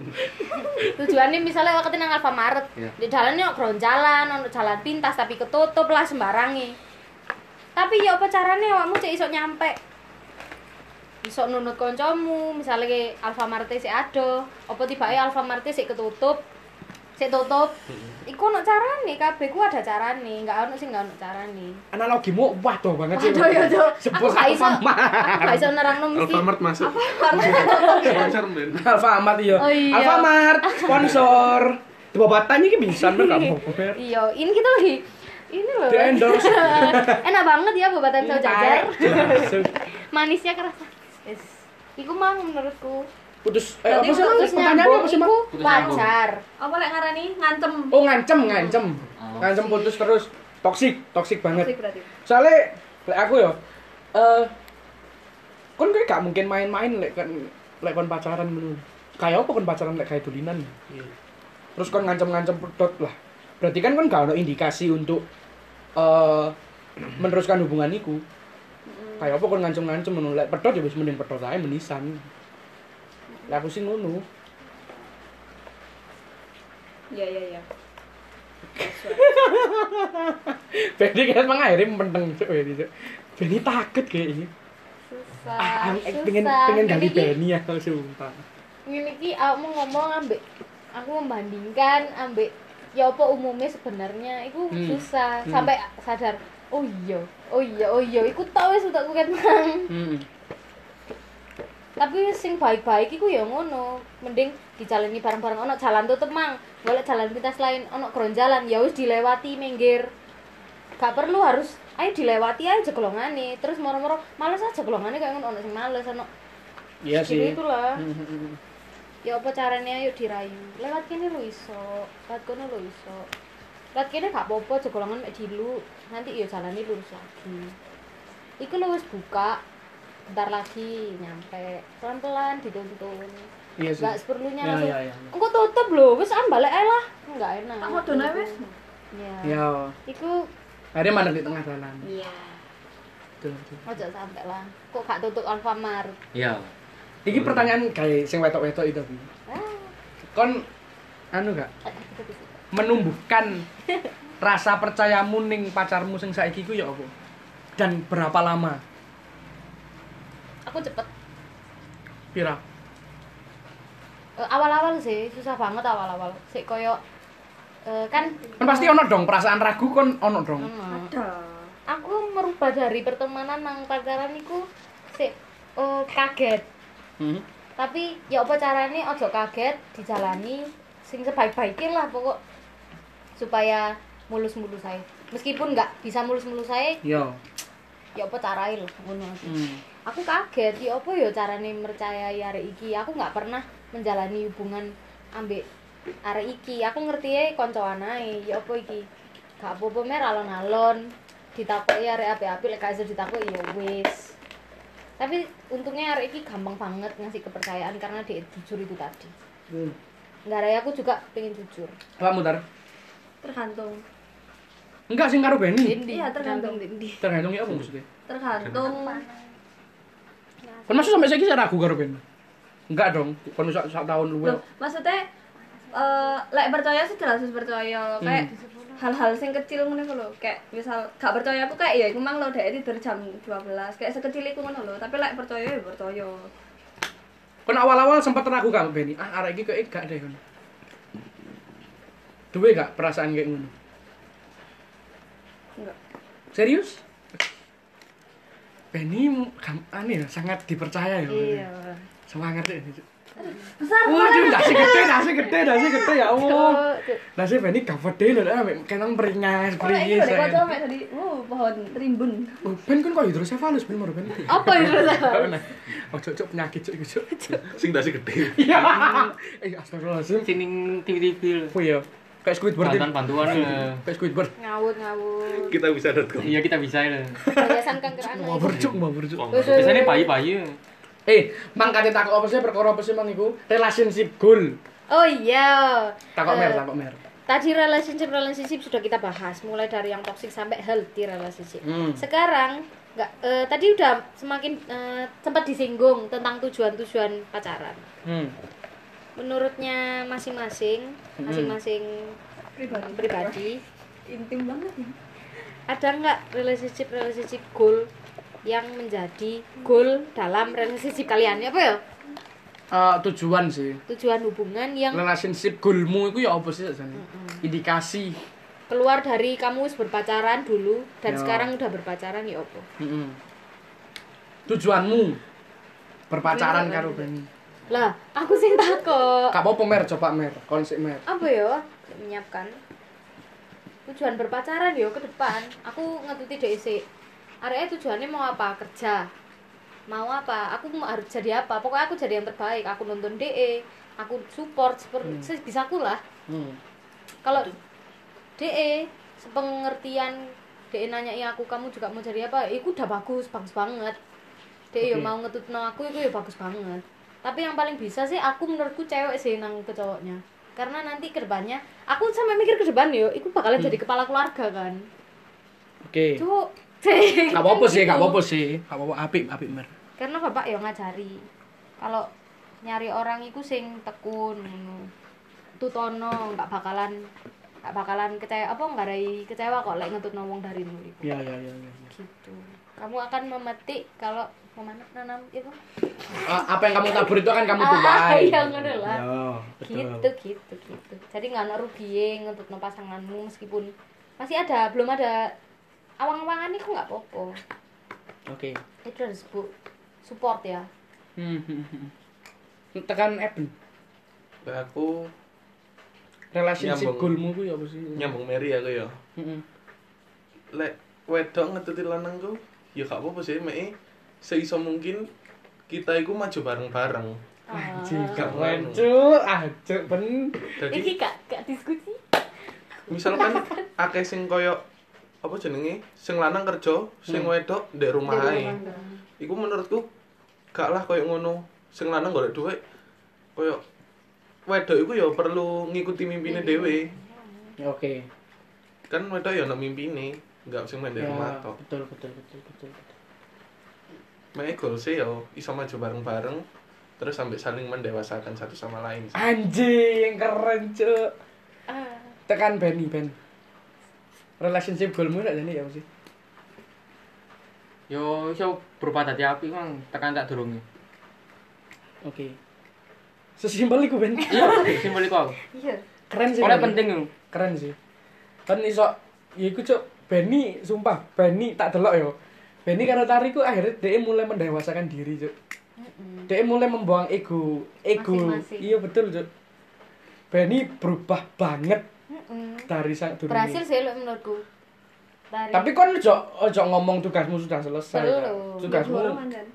[SPEAKER 2] tujuannya misalnya waktu nang Alfamaret
[SPEAKER 4] Iya.
[SPEAKER 2] di dalannya kron jalan ono jalan pintas tapi ketutup lah sembarangi Tapi ya apa carane awakmu cek iso nyampe? Iso nunut kancamu, misalnya ke Alfamart sik ado, apa tibake Alfamart sik ketutup? Sik tutup. Iku ono carane, kabeh ku ada carane, enggak ono sing enggak ono carane.
[SPEAKER 1] analogimu waduh banget
[SPEAKER 2] Waduh ya, Cuk. Aku
[SPEAKER 1] sebut
[SPEAKER 2] gak iso.
[SPEAKER 1] Alfamart
[SPEAKER 2] Aku gak iso nerangno mesti.
[SPEAKER 3] Alfamart masuk. Sponsor men.
[SPEAKER 1] Alfamart iya
[SPEAKER 2] Oh, iya.
[SPEAKER 1] Alfamart sponsor Tebobatannya ini bisa bener gak mau
[SPEAKER 2] Iya, ini kita lagi ini loh.
[SPEAKER 1] Di endorse
[SPEAKER 2] Enak banget ya bobatan saus jajar. Manisnya kerasa. Yes. Iku mah menurutku.
[SPEAKER 1] putus eh apa
[SPEAKER 5] Berarti
[SPEAKER 1] sih
[SPEAKER 5] untuk
[SPEAKER 1] Mang?
[SPEAKER 2] Terus
[SPEAKER 1] pertanyaannya
[SPEAKER 2] nyambung
[SPEAKER 1] apa sih Mang?
[SPEAKER 2] iku
[SPEAKER 4] Putus nyambung.
[SPEAKER 2] wajar.
[SPEAKER 5] Apa lek ngarani ngancem?
[SPEAKER 1] oh ngancem ngancem
[SPEAKER 4] Oh.
[SPEAKER 1] ngancem putus terus toksik toksik
[SPEAKER 5] Toxic
[SPEAKER 1] banget
[SPEAKER 5] berarti.
[SPEAKER 1] soalnya lek aku ya eh kon kayak gak mungkin main-main lek kan lek kon pacaran menurut kayak apa kon pacaran lek kayak tulinan terus kon ngancem-ngancem pedot lah berarti kan kon gak ada indikasi untuk eh meneruskan hubungan iku kayak apa kon ngancem-ngancem menurut lek pedot ya wis mending pedot aja menisan lek aku sih ngono
[SPEAKER 5] Iya iya iya.
[SPEAKER 1] Benny kan emang akhirnya menteng cok Benny cok Benny takut kayaknya
[SPEAKER 2] Susah.
[SPEAKER 1] ah, ang-
[SPEAKER 2] susah.
[SPEAKER 1] pengen pengen ganti
[SPEAKER 2] Ini-
[SPEAKER 1] Benny aku sumpah
[SPEAKER 2] Ini ki aku ngomong ambek aku membandingkan ambek ya apa umumnya sebenarnya iku
[SPEAKER 1] Hmm.
[SPEAKER 2] susah
[SPEAKER 1] Hmm.
[SPEAKER 2] sampai sadar oh iya oh iya oh iya iku tau wis utakku kan. ket mang
[SPEAKER 1] hmm.
[SPEAKER 2] tapi sing baik-baik iku ya ngono mending dijalani bareng-bareng ono jalan tutup mang golek jalan pintas lain ono keronjalan ya wis dilewati minggir gak perlu harus ayo dilewati aja golongane terus moro-moro males aja golongane kayak ngono ono sing males ono
[SPEAKER 1] iya sih
[SPEAKER 2] gitu lah
[SPEAKER 1] Hmm, hmm, hmm.
[SPEAKER 2] ya apa caranya ayo dirayu lewat kene lo iso lewat kono lo iso lewat kene gak apa-apa aja golongan mek dilu nanti ya jalani lurus lagi iku lo wis buka bentar lagi nyampe pelan-pelan dituntun
[SPEAKER 1] iya sih
[SPEAKER 2] Gak seperlunya
[SPEAKER 1] Ya,
[SPEAKER 2] langsung.
[SPEAKER 1] ya, ya.
[SPEAKER 2] Engko tutup lho, wis ambalek ae lah. Enggak enak.
[SPEAKER 5] Tak mau donae wis.
[SPEAKER 2] Iya.
[SPEAKER 1] ya
[SPEAKER 2] Iku
[SPEAKER 1] akhirnya mandek di tengah jalan
[SPEAKER 5] Iya.
[SPEAKER 1] Betul, betul.
[SPEAKER 2] ojo sampe lah. Kok gak tutup Alfamart?
[SPEAKER 4] Iya.
[SPEAKER 1] Iki pertanyaan kayak sing wetok-wetok itu Bi.
[SPEAKER 2] Ah, gitu,
[SPEAKER 1] kon anu gak
[SPEAKER 2] itu bisa.
[SPEAKER 1] menumbuhkan rasa percayamu ning pacarmu sing saiki ku ya apa dan berapa lama
[SPEAKER 2] Aku cepet.
[SPEAKER 1] pira
[SPEAKER 2] Eh, awal-awal sih susah banget awal-awal. Sik koyo eh, kan
[SPEAKER 1] kan pasti ono dong perasaan ragu kon ono dong
[SPEAKER 2] Hmm.
[SPEAKER 5] Ada.
[SPEAKER 2] aku merubah dari pertemanan nang pacaran iku sik eh, kaget.
[SPEAKER 1] hmm.
[SPEAKER 2] Tapi ya apa carane ojo kaget dijalani sing sebaik-baiknya lah pokok supaya mulus-mulus saya meskipun nggak bisa mulus-mulus saya
[SPEAKER 1] yo
[SPEAKER 2] ya apa caranya loh ngono aku.
[SPEAKER 1] hmm.
[SPEAKER 2] aku kaget ya apa ya carane mercayai arek iki aku nggak pernah menjalani hubungan ambek arek iki aku ngerti ya koncoan ae ya apa iki gak apa-apa mer alon-alon ditakoki arek apik-apik lek gak iso ditakoki ya wis tapi untungnya arek iki gampang banget ngasih kepercayaan karena dia jujur itu tadi
[SPEAKER 1] Hmm.
[SPEAKER 2] nggak arek aku juga pengen jujur
[SPEAKER 1] Apa mutar?
[SPEAKER 5] Tergantung.
[SPEAKER 1] Enggak sing karo Benny.
[SPEAKER 2] Dendi,
[SPEAKER 5] Iya, tergantung.
[SPEAKER 2] Dendi.
[SPEAKER 1] Tergantung ya apa maksudnya?
[SPEAKER 5] Tergantung.
[SPEAKER 1] Kon masuk sampai saiki saya ragu karo Benny. Enggak dong, kon masuk sak tahun luwe.
[SPEAKER 5] Loh, maksudnya eh lek percaya sih jelas harus percaya
[SPEAKER 1] Hmm.
[SPEAKER 5] kayak hal-hal sing kecil ngono iku lho kayak misal gak percaya aku kayak ya iku mang lo dhek tidur jam 12 kayak sekecil iku ngono lho tapi lek percaya ya percaya
[SPEAKER 1] Kon awal-awal sempat ragu karo Benny. Ah, arek iki kok gak deh kon. Duwe gak perasaan kayak ngono?
[SPEAKER 5] enggak
[SPEAKER 1] Serius? Benny kam- aneh ya, sangat dipercaya ya.
[SPEAKER 2] iya
[SPEAKER 1] Semangat ya. Besar. Waduh, dasi gede, dasi gede, dasi gede ya Allah.
[SPEAKER 2] Tuh, tuh.
[SPEAKER 1] Dasi Benny gak pede lho, ah, kenang beringas,
[SPEAKER 5] oh lek iki
[SPEAKER 1] beringas.
[SPEAKER 5] lho nek kocok mek tadi uh pohon rimbun
[SPEAKER 1] Oh, Ben kan kok hidrosefalus Ben baru Ben.
[SPEAKER 2] apa itu
[SPEAKER 1] Nah, oh cocok penyakit cocok cocok.
[SPEAKER 3] Sing dasi gede.
[SPEAKER 1] Iya. Eh astagfirullahalazim.
[SPEAKER 4] Sini TV-TV.
[SPEAKER 1] Oh iya. Kayak Squidward. ini.
[SPEAKER 4] Bantuan-bantuan. ya.
[SPEAKER 1] Kayak Squidward.
[SPEAKER 2] ngawur-ngawur
[SPEAKER 3] Kita bisa dot com.
[SPEAKER 4] Iya kita bisa ya.
[SPEAKER 2] yayasan kanker
[SPEAKER 1] Mau
[SPEAKER 2] anak
[SPEAKER 1] bercuk, mau bercuk.
[SPEAKER 3] Wong.
[SPEAKER 4] Biasanya bayi-bayi.
[SPEAKER 1] Eh, mang kate takok apa sih perkara apa sih mang iku? Relationship goal.
[SPEAKER 2] Oh iya.
[SPEAKER 1] Takok
[SPEAKER 2] Eh,
[SPEAKER 1] mer, takok mer.
[SPEAKER 2] Tadi relationship relationship sudah kita bahas, mulai dari yang toxic sampai healthy relationship.
[SPEAKER 1] Hmm.
[SPEAKER 2] Sekarang nggak eh, tadi udah semakin eh, sempat disinggung tentang tujuan-tujuan pacaran.
[SPEAKER 1] Hmm.
[SPEAKER 2] Menurutnya masing-masing,
[SPEAKER 1] Hmm.
[SPEAKER 2] masing-masing
[SPEAKER 5] pribadi
[SPEAKER 2] pribadi
[SPEAKER 5] intim banget ya
[SPEAKER 2] ada nggak relationship relationship goal yang menjadi goal dalam relationship kalian apa ya
[SPEAKER 1] Eh, tujuan sih
[SPEAKER 2] tujuan hubungan yang
[SPEAKER 1] relationship goalmu itu ya apa sih Jan? indikasi
[SPEAKER 2] keluar dari kamu wis berpacaran dulu
[SPEAKER 1] Ya.
[SPEAKER 2] dan sekarang udah berpacaran ya opo
[SPEAKER 1] Mm-mm. tujuanmu berpacaran
[SPEAKER 2] Iya,
[SPEAKER 1] karo Benny
[SPEAKER 2] lah aku sing takut
[SPEAKER 1] Kak apa mer coba mer konsep mer
[SPEAKER 2] apa ya menyiapkan tujuan berpacaran yo ke depan aku ngetuti DEC area tujuannya mau apa kerja mau apa aku mau harus jadi apa pokoknya aku jadi yang terbaik aku nonton DE aku support seperti sebisa aku lah
[SPEAKER 1] hmm.
[SPEAKER 2] kalau DE sepengertian DE nanyain aku kamu juga mau jadi apa itu udah bagus bagus banget DE yo
[SPEAKER 1] Oke.
[SPEAKER 2] mau ngetutno aku itu ya bagus banget tapi yang paling bisa sih aku menurutku cewek sih nang ke cowoknya karena nanti ke depannya aku sampai mikir ke depan yo itu bakalan jadi kepala keluarga kan
[SPEAKER 1] Hmm. oke
[SPEAKER 2] cuk
[SPEAKER 1] Kak apa sih Kak apa sih Kak apa apik apik mer
[SPEAKER 2] karena bapak yo ngajari kalau nyari orang iku sing tekun ngono. tutono nggak bakalan nggak bakalan kecewa apa nggak kecewa kok lek ngetutno wong dari nol iku.
[SPEAKER 1] ya ya ya, ya.
[SPEAKER 2] gitu kamu akan memetik kalau memanah nanam itu
[SPEAKER 1] Eh, apa yang kamu tabur itu akan kamu
[SPEAKER 2] ah
[SPEAKER 1] tuai
[SPEAKER 2] iya ngono lah
[SPEAKER 6] Ya,
[SPEAKER 2] gitu gitu gitu jadi nggak ada rugi ngetutno pasanganmu meskipun masih ada belum ada awang-awangan iku nggak popo
[SPEAKER 1] oke
[SPEAKER 2] itu harus bu support ya
[SPEAKER 1] Hmm, hmm, hmm. tekan Eben
[SPEAKER 3] aku
[SPEAKER 1] relationship
[SPEAKER 3] Nyambung.
[SPEAKER 1] goalmu ku ya apa sih Hmm.
[SPEAKER 3] nyambung Mary aku ya
[SPEAKER 1] Mm-mm.
[SPEAKER 3] lek wedok ngetuti lanang ku ya gak apa-apa sih mei seiso mungkin kita iku maju bareng-bareng
[SPEAKER 2] Ah.
[SPEAKER 3] Gak
[SPEAKER 1] Keren
[SPEAKER 3] ngono.
[SPEAKER 1] cuk, ah cuk ben.
[SPEAKER 3] jadi
[SPEAKER 2] Iki gak gak diskusi.
[SPEAKER 3] misalkan akeh sing koyo apa jenenge sing lanang kerja sing wedok ndek rumah ae iku menurutku gak lah koyo ngono sing lanang golek dhuwit koyo wedok iku ya perlu ngikuti mimpine dhewe
[SPEAKER 1] Ya, Oke.
[SPEAKER 3] kan wedok ya ono mimpine gak sing main ndek
[SPEAKER 1] Ya,
[SPEAKER 3] rumah tok
[SPEAKER 1] betul betul betul betul. betul.
[SPEAKER 3] Makanya goalsnya ya iso maju bareng-bareng terus sampai saling mendewasakan satu sama lain sih.
[SPEAKER 1] Anjing, keren cuk.
[SPEAKER 2] Ah.
[SPEAKER 1] Tekan Benny Ben. Relationship goalmu gak jadi ya apa sih?
[SPEAKER 4] Yo iso berupa dadi api mang tekan tak durungi.
[SPEAKER 1] Oke. Sesimpel iku Ben.
[SPEAKER 4] Iya, simpel iku aku.
[SPEAKER 2] Iya.
[SPEAKER 1] Keren sih.
[SPEAKER 4] Oleh
[SPEAKER 1] Ben.
[SPEAKER 4] penting yo.
[SPEAKER 1] Keren sih. Kan iso ya iku cuk Benny sumpah Benny tak delok yo. Benny karo Tariku akhirnya dia mulai mendewasakan diri cuk. Dia mulai membuang ego, ego.
[SPEAKER 2] Masing-masing.
[SPEAKER 1] Iya betul cuk. Benny berubah banget
[SPEAKER 2] Mm-mm.
[SPEAKER 1] dari sang durunge.
[SPEAKER 2] Berhasil sih lo menurutku. Dari
[SPEAKER 1] Tapi kon ojo ojo ngomong tugasmu sudah selesai.
[SPEAKER 2] Belum.
[SPEAKER 1] Kak.
[SPEAKER 5] Dua
[SPEAKER 1] Tugasmu
[SPEAKER 5] orang mandan.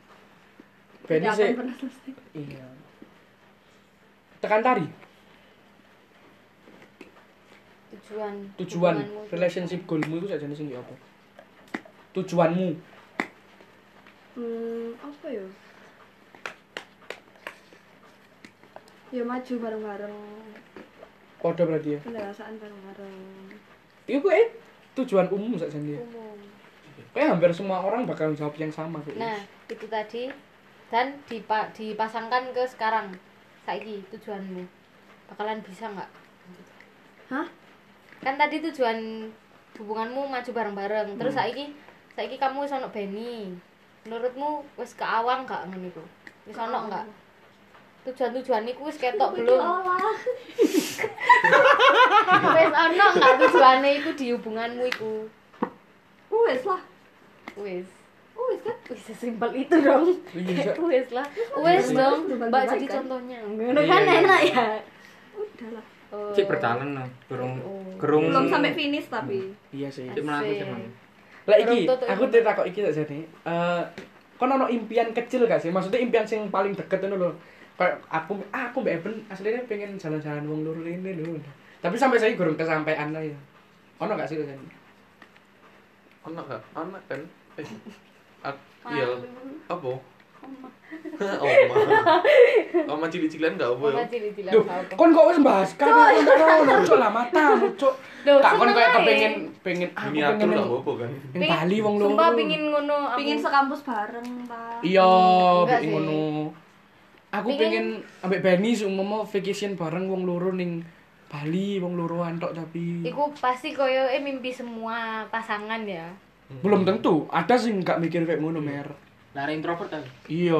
[SPEAKER 1] Benny
[SPEAKER 5] Tidak
[SPEAKER 1] sih.
[SPEAKER 5] akan pernah selesai.
[SPEAKER 1] Iya. Tekan tari,
[SPEAKER 2] tujuan
[SPEAKER 1] tujuan
[SPEAKER 2] hubunganmu.
[SPEAKER 1] relationship goalmu itu saja sing di apa? ya, Tujuanmu.
[SPEAKER 5] Hmm, apa ya? Ya maju bareng-bareng,
[SPEAKER 1] Podo berarti ya.
[SPEAKER 5] pendewasaan bareng-bareng.
[SPEAKER 1] Iku eh tujuan umum saja dia.
[SPEAKER 2] umum.
[SPEAKER 1] Kayak hampir semua orang bakal jawab yang sama kok.
[SPEAKER 2] Nah, itu tadi dan dipa- dipasangkan ke sekarang. Saiki tujuanmu. Bakalan bisa nggak?
[SPEAKER 5] Hah?
[SPEAKER 2] Kan tadi tujuan hubunganmu maju bareng-bareng.
[SPEAKER 1] Hmm.
[SPEAKER 2] Terus saiki saiki kamu wis ono Beni. Menurutmu wis keawang gak ngono iku? Wis ono enggak? Tujuan-tujuan iku wis ketok belum?
[SPEAKER 5] Diolah.
[SPEAKER 2] Wis ono enggak tujuane iku di hubunganmu iku?
[SPEAKER 5] Wes lah.
[SPEAKER 2] Wis. Oh,
[SPEAKER 5] Wes kan.
[SPEAKER 2] Wis sesimpel itu dong.
[SPEAKER 1] Iya, Cok.
[SPEAKER 2] Wes lah. Wes
[SPEAKER 5] Iya.
[SPEAKER 2] dong. Mbak jadi
[SPEAKER 5] Terus berbagi-bagi.
[SPEAKER 2] contohnya. Ngono
[SPEAKER 1] Iya,
[SPEAKER 2] kan enak ya.
[SPEAKER 5] Udah lah.
[SPEAKER 2] Oh.
[SPEAKER 4] Cek bertalan no. Gerung
[SPEAKER 2] Oh.
[SPEAKER 4] gerung.
[SPEAKER 5] Belum sampai finish tapi.
[SPEAKER 1] Iya sih.
[SPEAKER 4] Cek melaku
[SPEAKER 2] Asik.
[SPEAKER 4] cek melaku.
[SPEAKER 1] Lah iki,
[SPEAKER 2] Beruntung tuh
[SPEAKER 1] aku
[SPEAKER 2] ibu.
[SPEAKER 1] cerita kok iki saja nih. Eh, kon ono impian kecil gak sih? Maksudnya impian sing paling deket itu loh. Kayak aku, ah, aku Mbak Eben aslinya pengen jalan-jalan wong lur ini loh. Tapi sampai saya gurung kesampaian lah ya. Ono gak sih kan?
[SPEAKER 3] anak gak anak kan eh ak- iya apa oma oma cilik-cilian gak apa ya
[SPEAKER 2] Mbak jadi bilang
[SPEAKER 1] Duh,
[SPEAKER 2] apa?
[SPEAKER 1] kon kok wis bahas kan? Ono cuk lah matamu cuk.
[SPEAKER 2] Loh,
[SPEAKER 1] Kak kon
[SPEAKER 2] seneng
[SPEAKER 1] kayak
[SPEAKER 2] ae.
[SPEAKER 1] kepengin pengen ah, aku
[SPEAKER 3] miniatur
[SPEAKER 1] pengen
[SPEAKER 3] gak
[SPEAKER 1] yang-
[SPEAKER 3] apa-apa kan
[SPEAKER 1] yang Bali wong lur.
[SPEAKER 2] Sumpah pingin ngono aku.
[SPEAKER 5] Pingin sekampus bareng, Pak.
[SPEAKER 1] Iya,
[SPEAKER 2] Enggak
[SPEAKER 1] pengen
[SPEAKER 2] sih.
[SPEAKER 1] ngono. Aku
[SPEAKER 2] Pengen-
[SPEAKER 1] pengen ambek Beni seumpama vacation bareng wong loro ning Bali wong luruan tok tapi
[SPEAKER 2] Iku pasti koyo eh mimpi semua pasangan ya.
[SPEAKER 1] belum tentu ada sih nggak mikir kayak ngono mer
[SPEAKER 4] Lara introvert kan?
[SPEAKER 1] iya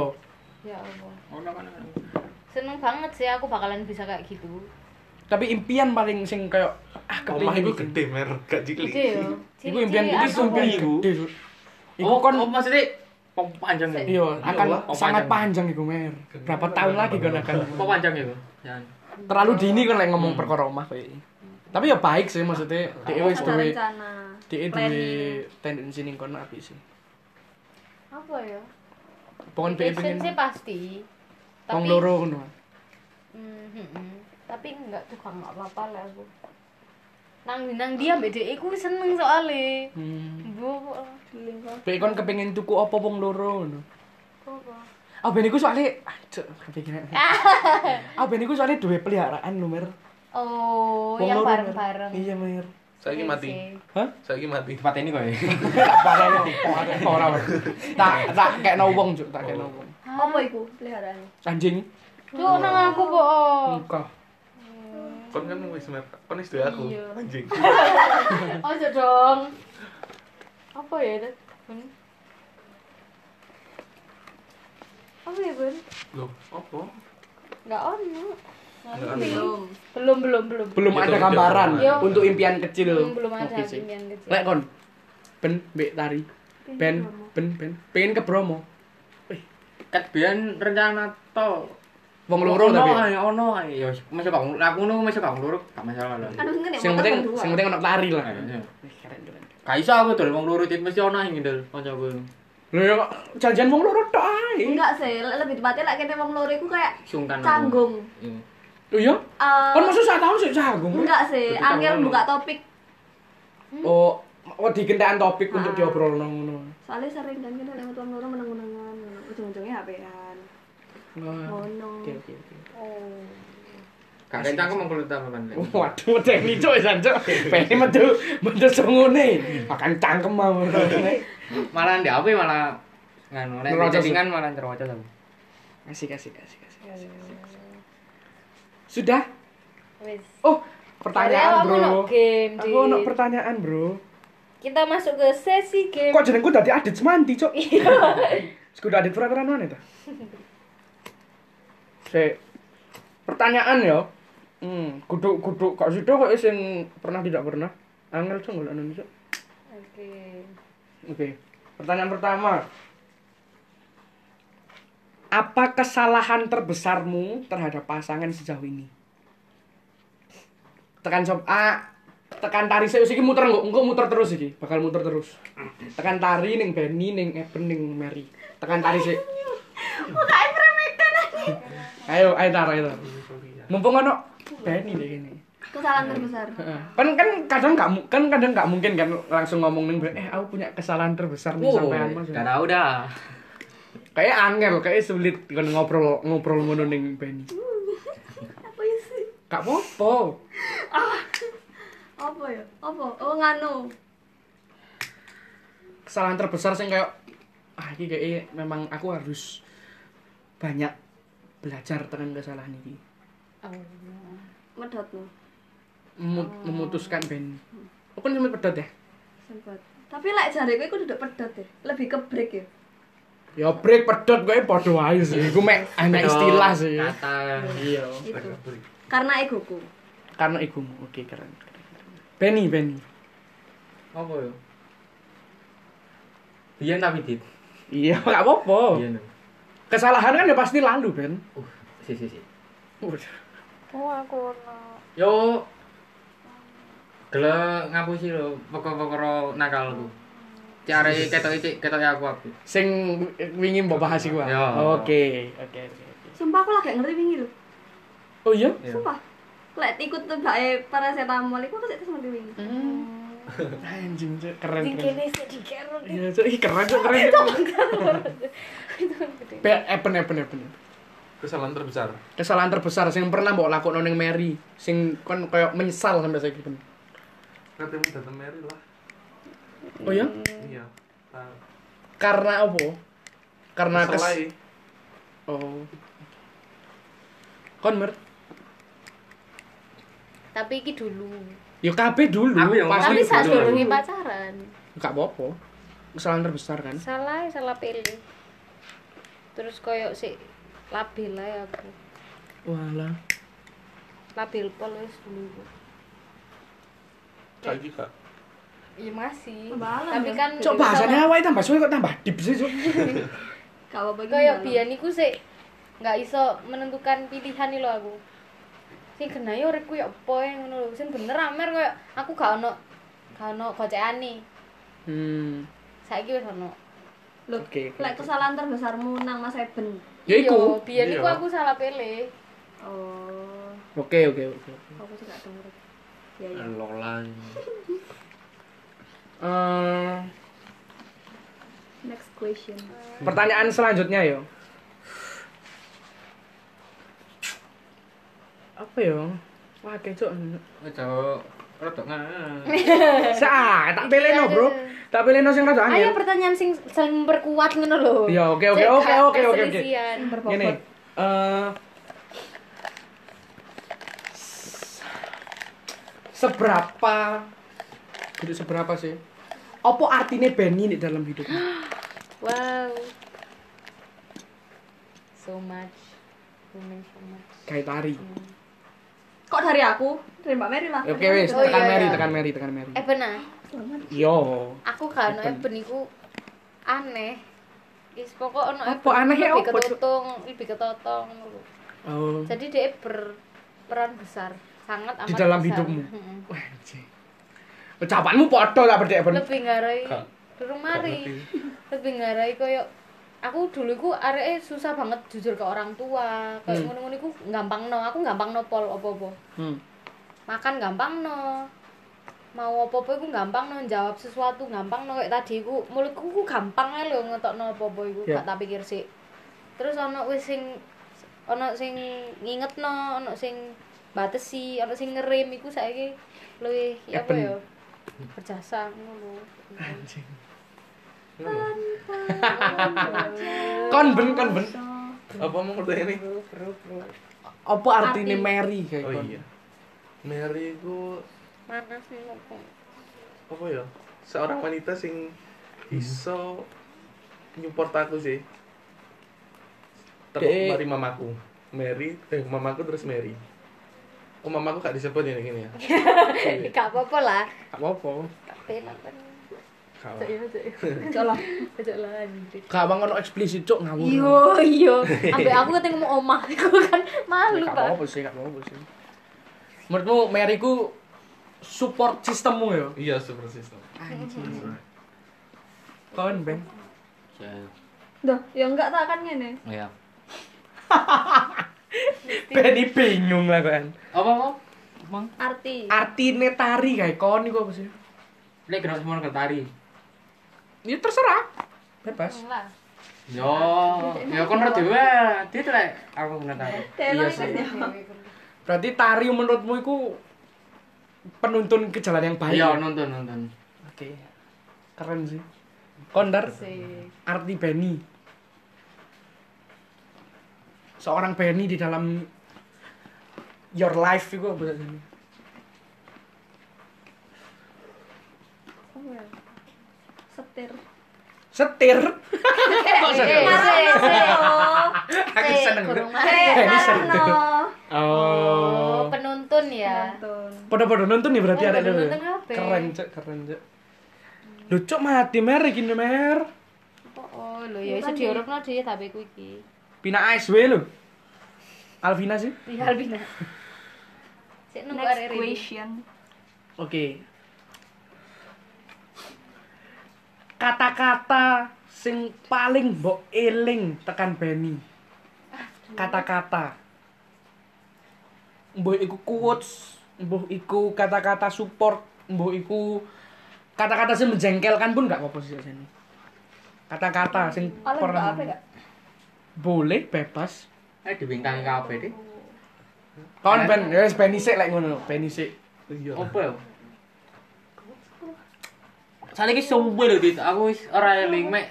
[SPEAKER 2] Ya Allah.
[SPEAKER 4] Ono kan.
[SPEAKER 2] Seneng banget sih aku bakalan bisa kayak gitu.
[SPEAKER 1] tapi impian paling sing kayak ah
[SPEAKER 3] Omah
[SPEAKER 1] kepengin
[SPEAKER 3] iku
[SPEAKER 1] iki.
[SPEAKER 3] gede mer, gak
[SPEAKER 2] Gitu
[SPEAKER 3] cilik.
[SPEAKER 2] ya.
[SPEAKER 1] Iku impian
[SPEAKER 2] Ciri-ciri
[SPEAKER 1] itu
[SPEAKER 2] apa?
[SPEAKER 1] impian
[SPEAKER 4] Iku.
[SPEAKER 1] gede. Cuk. Iku
[SPEAKER 4] Oh,
[SPEAKER 1] kon
[SPEAKER 4] kon oh, maksudnya pom panjang ya?
[SPEAKER 1] iya akan
[SPEAKER 4] Pak. Pom
[SPEAKER 1] sangat panjang iku mer. Berapa tahun lagi kon akan
[SPEAKER 4] Pom panjang ya? Jangan.
[SPEAKER 1] terlalu dini kon lek ngomong perkara omah kowe. Tapi ya baik sih maksudnya dhek wis
[SPEAKER 5] Ada
[SPEAKER 1] duwe
[SPEAKER 5] rencana.
[SPEAKER 1] dhek duwe
[SPEAKER 5] planning.
[SPEAKER 1] tendensi ning kono apik sih.
[SPEAKER 2] Apa ya?
[SPEAKER 1] Pokon dhek pengen
[SPEAKER 2] Passion sih pasti.
[SPEAKER 1] wong
[SPEAKER 2] Tapi
[SPEAKER 1] loro ngono.
[SPEAKER 2] Hmm, hmm, hmm. Tapi enggak tuh Kak, enggak apa-apa lah aku. Nang nang dia mbek dhek iku seneng soalnya.
[SPEAKER 1] Hmm.
[SPEAKER 2] Bu,
[SPEAKER 5] Selingkuh.
[SPEAKER 1] Dhek kon kepengin tuku apa wong loro ngono.
[SPEAKER 2] apa?
[SPEAKER 1] Ah ben iku soalnya aduh kepikiran. Ah ben iku soalnya duwe peliharaan lho mer.
[SPEAKER 2] Oh,
[SPEAKER 1] Wong
[SPEAKER 2] yang
[SPEAKER 1] loro, Mer.
[SPEAKER 2] bareng-bareng.
[SPEAKER 1] Iya mer.
[SPEAKER 3] Saiki
[SPEAKER 2] Iya
[SPEAKER 3] mati.
[SPEAKER 2] sih.
[SPEAKER 1] Hah?
[SPEAKER 3] Saiki mati.
[SPEAKER 4] Tempat ini kok ya?
[SPEAKER 1] Tak pareno, ora ora. Tak tak kekno wong juk, tak kekno wong.
[SPEAKER 5] Apa iku peliharaannya?
[SPEAKER 1] Anjing.
[SPEAKER 2] Duh, nang aku po.
[SPEAKER 1] Engkau. Hmm.
[SPEAKER 3] Kon kan wis mer, kon wis duwe aku.
[SPEAKER 2] Iya.
[SPEAKER 3] Anjing.
[SPEAKER 2] Ojo dong. Apa ya itu? Bun? Apa ya, Bun?
[SPEAKER 3] Loh, opo?
[SPEAKER 2] Enggak ono.
[SPEAKER 3] Nggak ada.
[SPEAKER 2] Belum, belum, belum.
[SPEAKER 1] belum
[SPEAKER 3] Gitu,
[SPEAKER 1] ada
[SPEAKER 3] gitu.
[SPEAKER 1] gambaran
[SPEAKER 2] Iya.
[SPEAKER 1] untuk impian kecil
[SPEAKER 2] Hmm, belum ada
[SPEAKER 1] Oke, sih.
[SPEAKER 2] impian kecil.
[SPEAKER 1] lek kon ben mbek tari ben ben ben pengen ke Bromo
[SPEAKER 4] Kat biyen rencana to.
[SPEAKER 1] wong loro
[SPEAKER 4] Ono
[SPEAKER 1] tapi
[SPEAKER 4] ae, ono ae. Ya masih bang, aku ngono masih bang loro, gak masalah lah.
[SPEAKER 5] Kan mungkin
[SPEAKER 1] sing penting sing penting ono tari lah
[SPEAKER 4] Iya.
[SPEAKER 1] Wih, keren, keren.
[SPEAKER 4] Gak iso aku dol wong loro itu mesti ono sing ngidul kancaku.
[SPEAKER 1] lho ya kok janjian wong loro tok ae
[SPEAKER 5] Enggak sih, le- lebih tepatnya lek kene wong loro iku kayak
[SPEAKER 4] Sungkan aku.
[SPEAKER 5] canggung.
[SPEAKER 4] Iya.
[SPEAKER 1] lho ya
[SPEAKER 5] Eh,
[SPEAKER 1] Anu. kon maksud sak tahun sik jagung
[SPEAKER 5] enggak sih,
[SPEAKER 4] Berarti
[SPEAKER 5] angel
[SPEAKER 4] canggung.
[SPEAKER 5] buka topik.
[SPEAKER 1] oh oh digentekan topik untuk
[SPEAKER 5] Ah.
[SPEAKER 1] diobrolno ngono
[SPEAKER 5] Soalnya sering kan kene lewat wong loro meneng-menengan, ngono. ujung-ujungnya HP-an.
[SPEAKER 1] Wah.
[SPEAKER 5] Ngono.
[SPEAKER 1] Hmm. oke oke oke
[SPEAKER 2] Oh.
[SPEAKER 4] Gak kencang aku mengkulit apa kan. Lek.
[SPEAKER 1] Waduh, teknik coy sanjo. Pengen metu metu sungune. Makan cangkem mau.
[SPEAKER 4] Malah ndek apa malah nganu lek
[SPEAKER 1] Nerocos.
[SPEAKER 4] chattingan malah terwajah aku.
[SPEAKER 1] Kasih kasih kasih kasih.
[SPEAKER 2] iya,
[SPEAKER 1] kasih, kasih, kasih. Sudah?
[SPEAKER 2] Wis.
[SPEAKER 1] Oh,
[SPEAKER 2] Padahal
[SPEAKER 1] pertanyaan
[SPEAKER 2] aku
[SPEAKER 1] bro.
[SPEAKER 2] no game,
[SPEAKER 1] Aku
[SPEAKER 2] Dit.
[SPEAKER 1] ono pertanyaan bro.
[SPEAKER 2] Kita masuk ke sesi game.
[SPEAKER 1] Kok jenengku dadi Adit Semanti, Cok? Iya. Kudu Adit peraturan mana ta? Se pertanyaan ya. Hmm, kudu kudu kok sido kok sing pernah tidak pernah. Angel Cok golek anu Cok.
[SPEAKER 2] Oke.
[SPEAKER 1] Oke. Pertanyaan pertama. Apa kesalahan terbesarmu terhadap pasangan sejauh ini? Tekan sob A, tekan tari saya iki muter engko, engko muter terus iki, bakal muter terus. Tekan tari ning Benny ning Eben ning Mary. Tekan tari sik. Ayo, ayo tar, ayo tar. Mumpung ono Iya, Benny deh ini.
[SPEAKER 5] Kesalahan terbesar.
[SPEAKER 1] Heeh. kan kan kadang nggak mu- kan kadang nggak mungkin kan langsung ngomong nih eh aku punya kesalahan terbesar nih
[SPEAKER 4] Wow,
[SPEAKER 1] sampean mas
[SPEAKER 4] gak tau dah.
[SPEAKER 1] kayak angel kayak sulit kan ngobrol ngobrol ngono ning Benny
[SPEAKER 5] Apa ya sih?
[SPEAKER 1] gak apa
[SPEAKER 5] Apa ya? Apa? Oh nganu.
[SPEAKER 1] kesalahan terbesar sih kayak ah ini kayaknya memang aku harus banyak belajar tentang kesalahan ini
[SPEAKER 5] Medotmu.
[SPEAKER 1] Memu- memutuskan Ben aku kan sampe pedot ya
[SPEAKER 5] Sempat. Tapi lek jariku iku duduk pedot deh. Lebih ke break ya.
[SPEAKER 1] ya break pedot gue podo aja sih gue mek anak istilah sih
[SPEAKER 4] Kata.
[SPEAKER 1] iya
[SPEAKER 5] Itu. gitu. Karena egoku.
[SPEAKER 1] karena igumu oke keren keren, keren. Benny Benny
[SPEAKER 4] Apa ya? Biyen tapi dit.
[SPEAKER 1] Iya, gak apa-apa.
[SPEAKER 4] Biyen.
[SPEAKER 1] Kesalahan kan ya pasti lalu, Ben.
[SPEAKER 4] Uh, si si si.
[SPEAKER 2] Oh, aku ono.
[SPEAKER 4] Yo gelem ngapusi lho perkara-perkara nakal ku. Cara ketok iki ketoke aku aku.
[SPEAKER 1] Sing wingi mbok bahas iku. ah?
[SPEAKER 4] Iya.
[SPEAKER 1] Oke, oke, oke. oke.
[SPEAKER 5] Sumpah aku lagi ngeri wingi lho.
[SPEAKER 1] Oh iya?
[SPEAKER 4] Iya.
[SPEAKER 5] Sumpah. Lek ikut tebake paracetamol iku aku sik terus mati wingi.
[SPEAKER 2] Hmm.
[SPEAKER 1] Anjing, Cuk. keren keren.
[SPEAKER 2] Dikene sik dikero.
[SPEAKER 1] Iya, Cuk. Ih, keren, Cuk, keren. Cuk. Be, epen, epen, epen.
[SPEAKER 3] Kesalahan terbesar.
[SPEAKER 1] Kesalahan terbesar sing pernah mbok lakokno ning Mary, sing kon koyo menyesal sampai saiki, Ben.
[SPEAKER 3] Ketemu datang Mary lah.
[SPEAKER 1] Oh iya?
[SPEAKER 3] Iya. Nah,
[SPEAKER 1] Karena apa? Karena kes
[SPEAKER 3] kesalahan.
[SPEAKER 1] Oh. Kon mer.
[SPEAKER 2] tapi iki dulu
[SPEAKER 1] Ya kabeh dulu.
[SPEAKER 4] Aku yang
[SPEAKER 1] pasti
[SPEAKER 2] tapi
[SPEAKER 4] dulu.
[SPEAKER 2] saat
[SPEAKER 1] dulu.
[SPEAKER 2] durunge pacaran
[SPEAKER 1] Enggak apa-apa. Kesalahan terbesar kan.
[SPEAKER 2] salah salah pilih terus koyok si labil lah ya aku
[SPEAKER 1] Walah.
[SPEAKER 2] labil pol wis dulu
[SPEAKER 3] Saiki gak.
[SPEAKER 2] iya masih
[SPEAKER 5] Malam
[SPEAKER 2] tapi
[SPEAKER 5] ya.
[SPEAKER 2] kan
[SPEAKER 4] Iya,
[SPEAKER 1] Cok bahasane awake tambah suwe kok tambah deep sih, Cok.
[SPEAKER 5] Gak apa-apa gitu
[SPEAKER 1] Iya.
[SPEAKER 5] iki
[SPEAKER 2] koyok
[SPEAKER 5] malam.
[SPEAKER 2] biyen iku sik nggak iso menentukan pilihan nih lo aku sing kena yo uripku yo apa yang ngono lho sing bener amer koyo aku gak ono gak ono gocekan nih
[SPEAKER 1] Hmm.
[SPEAKER 2] saiki wis ono
[SPEAKER 5] Loh,
[SPEAKER 1] Oke, oke,
[SPEAKER 5] lek
[SPEAKER 1] oke.
[SPEAKER 5] kesalahan terbesarmu nang Mas Eben.
[SPEAKER 1] Ya iku.
[SPEAKER 2] Iya, biyen iku
[SPEAKER 3] Iya.
[SPEAKER 2] aku salah pilih
[SPEAKER 5] Oh,
[SPEAKER 1] Oke, oke, oke.
[SPEAKER 5] aku tuh gak denger. Ya ya.
[SPEAKER 3] Lolan.
[SPEAKER 1] Eh,
[SPEAKER 5] Next question.
[SPEAKER 1] pertanyaan selanjutnya yo. Apa yo? Wah, kecok.
[SPEAKER 4] Cok, rada ngang.
[SPEAKER 1] Sa, tak peleno, Bro. Tak peleno sing rada
[SPEAKER 2] ayo
[SPEAKER 1] angel.
[SPEAKER 2] pertanyaan sing sing memperkuat ngono lho
[SPEAKER 1] Ya, oke, oke,
[SPEAKER 2] Cek
[SPEAKER 1] oke,
[SPEAKER 2] gak
[SPEAKER 1] oke, oke, oke.
[SPEAKER 2] perselisihan.
[SPEAKER 1] Gini.
[SPEAKER 5] Berbobot.
[SPEAKER 1] Eh seberapa jadi seberapa sih? Apa artinya Benny di dalam hidupmu?
[SPEAKER 2] wow so much women so much
[SPEAKER 1] Kayak tari.
[SPEAKER 5] Kok dari aku? Dari Mbak Mary lah.
[SPEAKER 1] Ya, Oke wis,
[SPEAKER 2] Oh,
[SPEAKER 1] tekan
[SPEAKER 2] iya,
[SPEAKER 1] Mary,
[SPEAKER 2] iya.
[SPEAKER 1] tekan Mary, tekan Mary.
[SPEAKER 2] eh benar
[SPEAKER 1] Yo.
[SPEAKER 2] aku gak ono
[SPEAKER 1] Eben.
[SPEAKER 2] eben iku aneh Is pokok ono
[SPEAKER 1] Apa
[SPEAKER 2] Eben iku
[SPEAKER 1] anehnya
[SPEAKER 2] lebih
[SPEAKER 1] apa, Cuk?
[SPEAKER 2] ketotong, lebih ketotong ngono lho.
[SPEAKER 1] Oh.
[SPEAKER 2] Jadi dia berperan besar, sangat amat
[SPEAKER 1] Di dalam
[SPEAKER 2] besar.
[SPEAKER 1] hidupmu?
[SPEAKER 2] Heeh.
[SPEAKER 1] Wah, anjing. Ucapanmu podo tak berdek ben.
[SPEAKER 2] Lebih ngarai
[SPEAKER 3] Gak-
[SPEAKER 2] durung mari. Lebih ngarai koyo aku dulu ku areke susah banget jujur ke orang tua. Kayak
[SPEAKER 1] Hmm.
[SPEAKER 2] ngono-ngono iku gampang no, aku gampang no pol opo-opo.
[SPEAKER 1] Hmm.
[SPEAKER 2] makan gampang no mau apa apa iku gampang no jawab sesuatu gampang no kayak tadi iku mulutku ku gampang ae lho ngetokno apa apa iku
[SPEAKER 1] Ya.
[SPEAKER 2] gak tak pikir sih terus ono wis sing ono sing ngingetno ono sing batesi ono sing ngerem iku saiki luwih ya apa
[SPEAKER 1] Eben.
[SPEAKER 2] ya berjasa ngono
[SPEAKER 1] Anjing. Kon ben, kon ben.
[SPEAKER 3] Apa mau pertanyaan ini?
[SPEAKER 1] Apa artinya
[SPEAKER 5] Arti.
[SPEAKER 1] Mary kayak
[SPEAKER 3] Oh
[SPEAKER 1] kon?
[SPEAKER 3] iya. Mary ku
[SPEAKER 2] mana sih ngopo
[SPEAKER 3] apa ya? Seorang wanita sing iso nyupport aku sih. Terus
[SPEAKER 1] Dek.
[SPEAKER 3] mari mamaku. Mary, eh mamaku terus Mary. Oh mamaku gak disebut ya gini ya.
[SPEAKER 2] gak apa-apa lah
[SPEAKER 1] Gak apa-apa.
[SPEAKER 2] gak penak kan
[SPEAKER 3] Kalah.
[SPEAKER 2] cek ya cek
[SPEAKER 5] Colah.
[SPEAKER 2] cek lah anjir
[SPEAKER 1] Gak bang ono eksplisit cuk ngawur.
[SPEAKER 2] Yo yo, ambek aku ketemu omah aku kan malu
[SPEAKER 1] Gak
[SPEAKER 2] pak.
[SPEAKER 1] apa-apa sih, gak apa-apa sih. Menurutmu Mary ku support sistemmu ya?
[SPEAKER 3] Iya super system.
[SPEAKER 1] Anjing. Kon ben.
[SPEAKER 5] Duh, ya enggak tak kan ngene.
[SPEAKER 4] Ya.
[SPEAKER 1] Benny bingung lah kan.
[SPEAKER 4] Apa apa? Mang,
[SPEAKER 5] Arti.
[SPEAKER 1] Artine tari kayak kon iku apa sih?
[SPEAKER 4] lek gerak semua ketari.
[SPEAKER 1] Ya terserah. Bebas.
[SPEAKER 2] Lah,
[SPEAKER 4] Yo, ya kon rada dhewe. Dit lek aku ngetari.
[SPEAKER 5] Telo
[SPEAKER 1] Iya
[SPEAKER 5] iku
[SPEAKER 1] sih.
[SPEAKER 5] jawab.
[SPEAKER 1] Berarti tari menurutmu itu penuntun ke jalan yang baik.
[SPEAKER 4] Ah, Iya,
[SPEAKER 1] ya?
[SPEAKER 4] nonton nonton.
[SPEAKER 1] Oke. Keren sih. Kondar arti Benny. Seorang Benny di dalam your life itu apa sih?
[SPEAKER 5] Apa ya? Setir.
[SPEAKER 1] Setir.
[SPEAKER 2] eh, eh,
[SPEAKER 5] Oh,
[SPEAKER 1] Aku
[SPEAKER 2] eh,
[SPEAKER 1] seneng.
[SPEAKER 2] kurung
[SPEAKER 5] kayak
[SPEAKER 2] mari.
[SPEAKER 5] Narno.
[SPEAKER 2] Oh,
[SPEAKER 1] Oh.
[SPEAKER 2] penuntun ya.
[SPEAKER 5] Nonton.
[SPEAKER 1] Pada-pada nonton ya berarti
[SPEAKER 2] Oh,
[SPEAKER 1] ada
[SPEAKER 2] pada
[SPEAKER 1] dulu.
[SPEAKER 2] nonton apa?
[SPEAKER 1] Keren cek, keren cek. Lucu mati mer gini mer.
[SPEAKER 2] Oh, lho ya iso diurupno dhewe tapi ku iki.
[SPEAKER 1] Pina ASW lho. Alvina sih.
[SPEAKER 2] Iya, Albina. Sik nunggu
[SPEAKER 5] Next
[SPEAKER 2] arek rene.
[SPEAKER 5] question.
[SPEAKER 1] Oke. Kata-kata sing paling mbok eling tekan Benny. Kata-kata. Mbok iku quotes, mbok iku kata-kata support, mbok iku kata-kata sing menjengkelkan pun gak apa-apa sih jane. Kata-kata sing
[SPEAKER 5] Oleh enggak apa enggak?
[SPEAKER 1] boleh bebas.
[SPEAKER 4] Eh dibintangi kabeh deh.
[SPEAKER 1] Kon ben wis Benny sik lek ngono, Benny sik.
[SPEAKER 3] Iya.
[SPEAKER 4] Apa ya? Soalnya ini sumpah loh, Dit. Aku wis ora eling, Mek.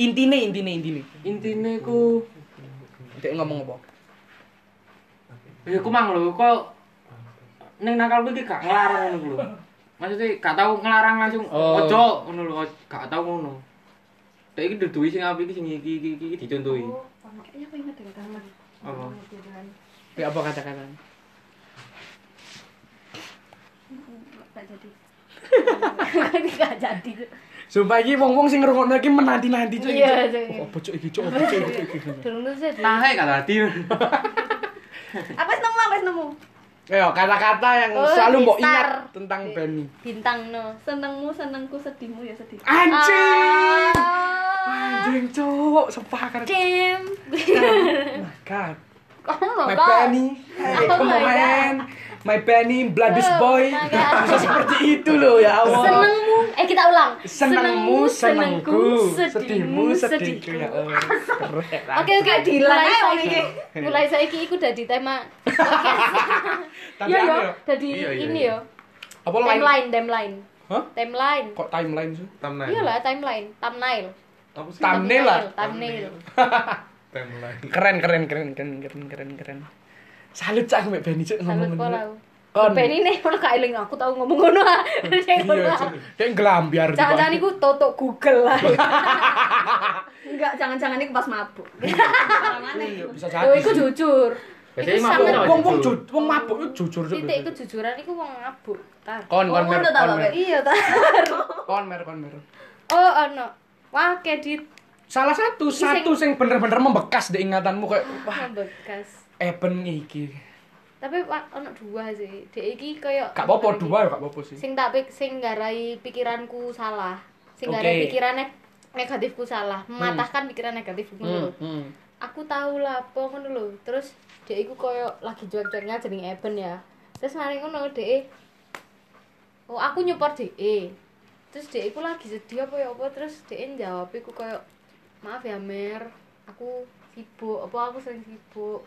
[SPEAKER 1] Intine intine intine.
[SPEAKER 4] Intine ku
[SPEAKER 1] Dek ngomong apa?
[SPEAKER 4] Iya, Ya ku mang lho, kok ning nakalku iki gak ngelarang ngono ku lho. Maksudnya gak tau ngelarang langsung
[SPEAKER 1] Oh.
[SPEAKER 4] ojo ngono lho, oj- gak tau ngono. Dek iki duduhi sing apik iki sing iki iki iki iki dicontohi.
[SPEAKER 5] Oh, Kayaknya aku inget deh kangen.
[SPEAKER 4] Apa?
[SPEAKER 1] Ya apa kata-kata?
[SPEAKER 5] Gak jadi.
[SPEAKER 2] Gak jadi.
[SPEAKER 1] Sumpah iki wong-wong sing ngrungokno iki menanti-nanti cuk.
[SPEAKER 2] Iya,
[SPEAKER 1] Cuk. Oh,
[SPEAKER 2] cuk.
[SPEAKER 1] Apa cuk iki cuk? Apa cuk iki, cuk, iki?
[SPEAKER 2] Durung tuh sih.
[SPEAKER 4] Tahe gak tadi.
[SPEAKER 5] Apa sih nemu? Apa sih nemu?
[SPEAKER 1] Ayo kata-kata yang
[SPEAKER 2] Oh,
[SPEAKER 1] selalu mbok
[SPEAKER 2] Mister.
[SPEAKER 1] ingat tentang Benny.
[SPEAKER 2] Bintang no.
[SPEAKER 5] Senengmu, senengku, sedihmu ya sedih.
[SPEAKER 1] Anjing.
[SPEAKER 2] Ah,
[SPEAKER 1] Anjing cuk, sepakat.
[SPEAKER 2] Damn.
[SPEAKER 1] My God.
[SPEAKER 2] Kamu loh
[SPEAKER 1] My
[SPEAKER 2] kok.
[SPEAKER 1] Benny. Hey,
[SPEAKER 2] Oh
[SPEAKER 1] come
[SPEAKER 2] my
[SPEAKER 1] on, man. My Benny, Bloodish
[SPEAKER 2] Oh
[SPEAKER 1] Boy.
[SPEAKER 2] my God.
[SPEAKER 1] Bisa seperti itu loh ya Allah.
[SPEAKER 2] Senengmu, eh kita ulang.
[SPEAKER 1] Senengmu, senengku, sedihmu,
[SPEAKER 2] sedihmu,
[SPEAKER 1] sedihku. Ya
[SPEAKER 2] sedihku.
[SPEAKER 1] Allah. Keren.
[SPEAKER 2] Oke oke
[SPEAKER 5] Dilan
[SPEAKER 2] mulai
[SPEAKER 5] ae wong
[SPEAKER 2] saiki. Mulai saiki iku dadi tema.
[SPEAKER 1] Tapi
[SPEAKER 2] Iya yo,
[SPEAKER 1] aneh,
[SPEAKER 2] dadi
[SPEAKER 3] Iya, iya,
[SPEAKER 2] ini yo.
[SPEAKER 3] iya.
[SPEAKER 1] Apa lain?
[SPEAKER 2] Timeline, timeline.
[SPEAKER 1] Hah?
[SPEAKER 2] Timeline.
[SPEAKER 1] Kok timeline sih?
[SPEAKER 3] Thumbnail.
[SPEAKER 2] Iyalah timeline, thumbnail.
[SPEAKER 3] Apa sih?
[SPEAKER 1] Thumbnail lah.
[SPEAKER 2] Thumbnail.
[SPEAKER 3] Timeline.
[SPEAKER 1] Keren keren keren keren keren keren keren. Salut cak mbak Benny cak
[SPEAKER 2] Salut
[SPEAKER 1] ngomong
[SPEAKER 2] pola.
[SPEAKER 1] ngomong.
[SPEAKER 2] Kon.
[SPEAKER 1] Kon.
[SPEAKER 2] Ben ini ono gak eling aku tau ngomong ngono. ah. Dia
[SPEAKER 1] Iya
[SPEAKER 2] ngono.
[SPEAKER 1] cak. Dia ngelambiar. di
[SPEAKER 2] Jangan-jangan
[SPEAKER 1] bawah.
[SPEAKER 2] iku totok Google lah.
[SPEAKER 5] Enggak, jangan-jangan ini pas mabuk.
[SPEAKER 1] Iya, Bisa
[SPEAKER 2] Yo
[SPEAKER 1] jadi.
[SPEAKER 2] iku Eh, jujur.
[SPEAKER 4] Biasanya
[SPEAKER 2] Iku
[SPEAKER 4] mabuk
[SPEAKER 2] sangat-
[SPEAKER 4] tau.
[SPEAKER 1] Wong wong jujur, wong mabuk itu jujur cuk.
[SPEAKER 2] Titik kejujuran iku wong ngabuk. Tar.
[SPEAKER 1] Kon kon
[SPEAKER 5] Oh,
[SPEAKER 1] mer
[SPEAKER 5] udah tahu,
[SPEAKER 1] kon mer.
[SPEAKER 5] Mbak.
[SPEAKER 2] Iya ta.
[SPEAKER 1] Kon mer kon mer.
[SPEAKER 2] Oh ono. Wah, kedit
[SPEAKER 1] Salah satu
[SPEAKER 2] Iki sing-
[SPEAKER 1] satu sing bener-bener membekas di ingatanmu kayak wah
[SPEAKER 2] bekas.
[SPEAKER 1] Eben iki.
[SPEAKER 2] tapi wa- ono dua sih dek iki koyo
[SPEAKER 1] Gak apa-apa dua ya gak apa-apa sih.
[SPEAKER 2] sing tak pik sing garai pikiranku salah sing garai
[SPEAKER 1] Oke.
[SPEAKER 2] pikiran neg- negatifku salah mematahkan pikiran
[SPEAKER 1] Hmm,
[SPEAKER 2] negatifku ngono lho.
[SPEAKER 1] hmm.
[SPEAKER 2] aku tahu lah apa ngono lho terus dek iku koyo lagi cuek-cueknya jeneng Eben ya terus mari ngono dek oh aku nyupport dek terus dek iku lagi sedih apa ya apa terus dek jawab iku koyo maaf ya Mer aku sibuk apa aku sering sibuk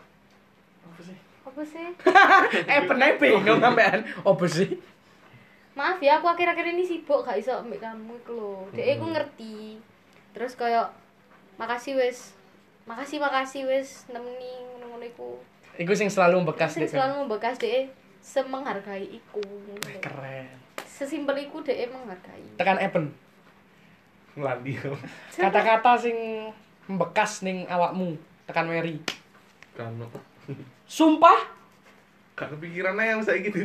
[SPEAKER 2] apa sih apa sih
[SPEAKER 1] Eben ae bingung sampean. Apa sih?
[SPEAKER 2] maaf ya aku akhir-akhir ini sibuk gak iso ambek kamu iku lho dek aku ngerti terus koyo makasih wes makasih makasih wes nemeni ngono-ngono iku
[SPEAKER 1] Iku sing selalu membekas
[SPEAKER 2] sing
[SPEAKER 1] dek. Kon.
[SPEAKER 2] selalu membekas dek semenghargai iku ngono lho.
[SPEAKER 1] Keren.
[SPEAKER 2] sesimpel iku dek menghargai
[SPEAKER 1] Tekan Eben.
[SPEAKER 3] Lali.
[SPEAKER 1] Kata-kata sing membekas ning awakmu. Tekan Mary.
[SPEAKER 3] Kano.
[SPEAKER 1] Sumpah
[SPEAKER 3] Gak kepikiran aja yang saya gitu.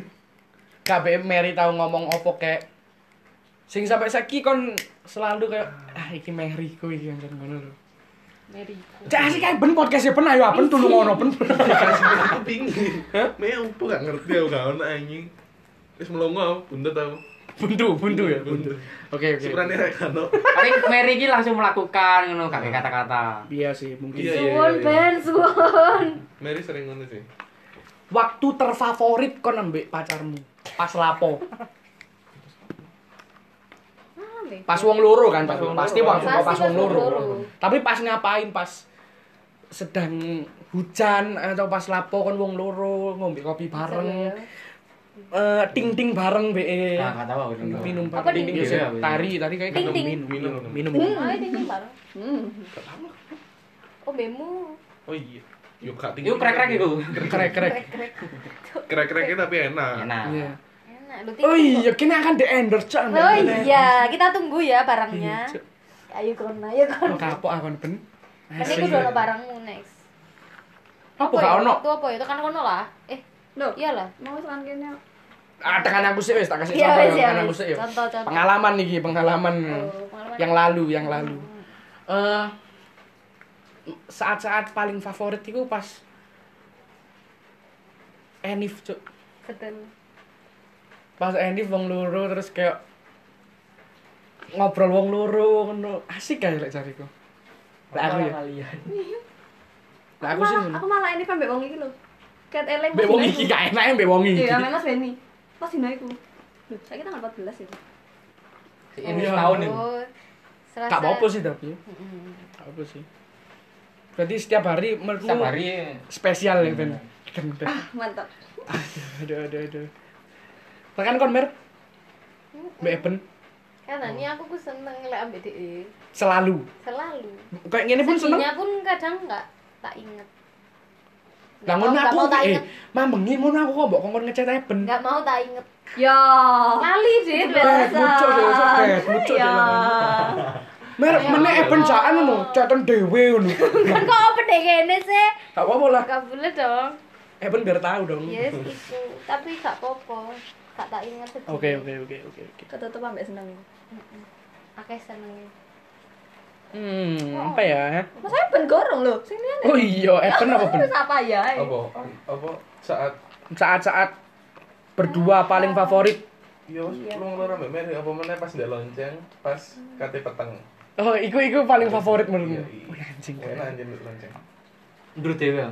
[SPEAKER 1] KBM Mary tahu ngomong opo kayak sing sampai saiki kon selalu kayak ah iki Mary ku iki yang ngono lho.
[SPEAKER 2] meriku
[SPEAKER 1] Cak asik kayak ben podcast ben ayo ben dulu ngono ben.
[SPEAKER 3] Aku bingung. Meh opo gak ngerti aku gak ono anjing. Wis melongo aku, bundet aku.
[SPEAKER 1] Buntu, buntu ya, buntu.
[SPEAKER 3] Buntu.
[SPEAKER 1] Oke, oke.
[SPEAKER 3] Sebenarnya rek kano.
[SPEAKER 4] Tapi Mary iki langsung melakukan ngono gak kayak kata-kata.
[SPEAKER 1] Iya sih, mungkin.
[SPEAKER 3] Iya, iya,
[SPEAKER 2] suwon
[SPEAKER 3] iya.
[SPEAKER 2] ben suwon
[SPEAKER 3] Mary sering ngono sih.
[SPEAKER 1] Waktu terfavorit kon ambek pacarmu. Pas lapo. Pas wong loro kan, pas
[SPEAKER 3] Pas wong
[SPEAKER 1] pasti
[SPEAKER 3] loro.
[SPEAKER 1] wong pas,
[SPEAKER 2] Pasti
[SPEAKER 1] wong
[SPEAKER 2] pas wong
[SPEAKER 1] loro.
[SPEAKER 2] loro.
[SPEAKER 1] Tapi pas ngapain? Pas sedang hujan atau pas lapo kon wong loro ngombe kopi
[SPEAKER 2] Iya,
[SPEAKER 1] bareng. Eh, ting-ting bareng be.
[SPEAKER 4] Nah, gak tahu aku.
[SPEAKER 1] Iya. Minum
[SPEAKER 2] Apa
[SPEAKER 1] bareng.
[SPEAKER 2] ting-ting?
[SPEAKER 1] Iya sih,
[SPEAKER 4] Iya, iya.
[SPEAKER 1] Tari, tari kayak
[SPEAKER 2] Ting-ting.
[SPEAKER 1] minum, minum,
[SPEAKER 3] Minum.
[SPEAKER 1] minum.
[SPEAKER 2] ayo tinggal bareng
[SPEAKER 1] Hmm.
[SPEAKER 2] oh bemu
[SPEAKER 3] Oh iya. Yo gak tinggi.
[SPEAKER 4] Iku krek-krek iku.
[SPEAKER 1] Krek, krek.
[SPEAKER 3] Krek-kreknya tapi enak.
[SPEAKER 4] Enak.
[SPEAKER 1] Iya.
[SPEAKER 2] enak lu
[SPEAKER 1] Oh
[SPEAKER 2] tinggal.
[SPEAKER 1] iya, kini akan di endorse Cak.
[SPEAKER 2] Oh iya, kita tunggu ya barangnya.
[SPEAKER 1] Iya, Cuk.
[SPEAKER 2] Ayo kon, ayo kon.
[SPEAKER 1] Oh, kapok akon ben. Iya,
[SPEAKER 2] Kan iku dulu barangmu next.
[SPEAKER 1] Apa gak
[SPEAKER 2] ya?
[SPEAKER 1] ono?
[SPEAKER 2] Itu apa ya? Itu kan kono lah. Eh,
[SPEAKER 5] Loh,
[SPEAKER 2] iyalah.
[SPEAKER 5] mau sekarang kene.
[SPEAKER 1] Ah, tekan aku sih wis tak kasih
[SPEAKER 2] Iya,
[SPEAKER 1] contoh
[SPEAKER 2] wis,
[SPEAKER 1] ya,
[SPEAKER 2] iya,
[SPEAKER 1] tekan
[SPEAKER 2] wis.
[SPEAKER 1] aku sih ya.
[SPEAKER 2] Contoh, contoh.
[SPEAKER 1] Pengalaman iki, pengalaman.
[SPEAKER 2] Oh, pengalaman. Hmm,
[SPEAKER 1] Yang lalu, yang lalu. Eh saat-saat paling favorit iku pas Enif, Cuk.
[SPEAKER 2] Betul.
[SPEAKER 1] Pas Enif wong loro terus kayak ngobrol wong loro ngono. Asik kae lek jariku. Lek aku
[SPEAKER 5] Iya.
[SPEAKER 1] ya. Lek aku sih
[SPEAKER 5] malah,
[SPEAKER 1] ngono.
[SPEAKER 5] aku malah ini kan mbek wong iki lho. Ket eleng
[SPEAKER 1] Mbek
[SPEAKER 5] Mas
[SPEAKER 1] wong
[SPEAKER 5] Dina
[SPEAKER 1] iki
[SPEAKER 5] iku.
[SPEAKER 1] gak enak ya, mbek wong iki.
[SPEAKER 5] Iya, mbek Mas Beni. Pas dina iku. Loh, saiki tanggal ya. 14 itu.
[SPEAKER 4] Ini
[SPEAKER 1] Iya.
[SPEAKER 4] setahun ini.
[SPEAKER 2] Oh, Selasa.
[SPEAKER 1] Gak apa-apa sih tapi. Gak apa sih. Berarti setiap hari menurutmu
[SPEAKER 4] Setiap hari
[SPEAKER 1] spesial ya Ben. Ben, ben.
[SPEAKER 5] Mantap.
[SPEAKER 1] Aduh, aduh, aduh. Tekan kon mer. Mbak Eben
[SPEAKER 2] Karena ini Kan, aku ku seneng lek ambek DE.
[SPEAKER 1] selalu.
[SPEAKER 2] Selalu.
[SPEAKER 1] Kayak gini pun seneng.
[SPEAKER 2] Sedihnya pun kadang enggak tak inget.
[SPEAKER 1] Lah ngono
[SPEAKER 2] Nggak
[SPEAKER 1] aku
[SPEAKER 2] mau tak
[SPEAKER 1] eh
[SPEAKER 2] inget.
[SPEAKER 1] mambengi ngono aku kok mbok kongkon ngecat eben.
[SPEAKER 2] nggak mau tak inget
[SPEAKER 5] Ya. Lali deh
[SPEAKER 1] Oh. Eh, bocok deh, bocok deh, bocok
[SPEAKER 5] Ya.
[SPEAKER 1] deh. Merek meneh eben jaan ngono, caten dhewe ngono.
[SPEAKER 2] kan kok open deh gini sih
[SPEAKER 1] Gak apa-apa lah,
[SPEAKER 2] nggak boleh dong
[SPEAKER 1] eben biar tahu dong.
[SPEAKER 2] yes itu tapi gak popo gak tak inget sedih
[SPEAKER 1] Oke, oke, oke, oke, oke.
[SPEAKER 5] Ketutup ambek seneng.
[SPEAKER 2] Oke seneng
[SPEAKER 1] Hmm, apa ya?
[SPEAKER 5] Mas saya ben gorong lho, sing liyane.
[SPEAKER 1] Oh iya, eben apa ben?
[SPEAKER 5] Terus apa ya?
[SPEAKER 3] apa apa saat
[SPEAKER 1] Saat-saat berdua paling favorit.
[SPEAKER 3] Yo, lu ngeluar ambek Mary apa meneh pas ndek lonceng, pas kate peteng.
[SPEAKER 1] Oh, iku iku paling favorit menurutmu.
[SPEAKER 3] Iya,
[SPEAKER 1] Wih,
[SPEAKER 3] iya.
[SPEAKER 1] anjing.
[SPEAKER 3] Enak anjing ndek lonceng.
[SPEAKER 4] Ndru dhewe. ya?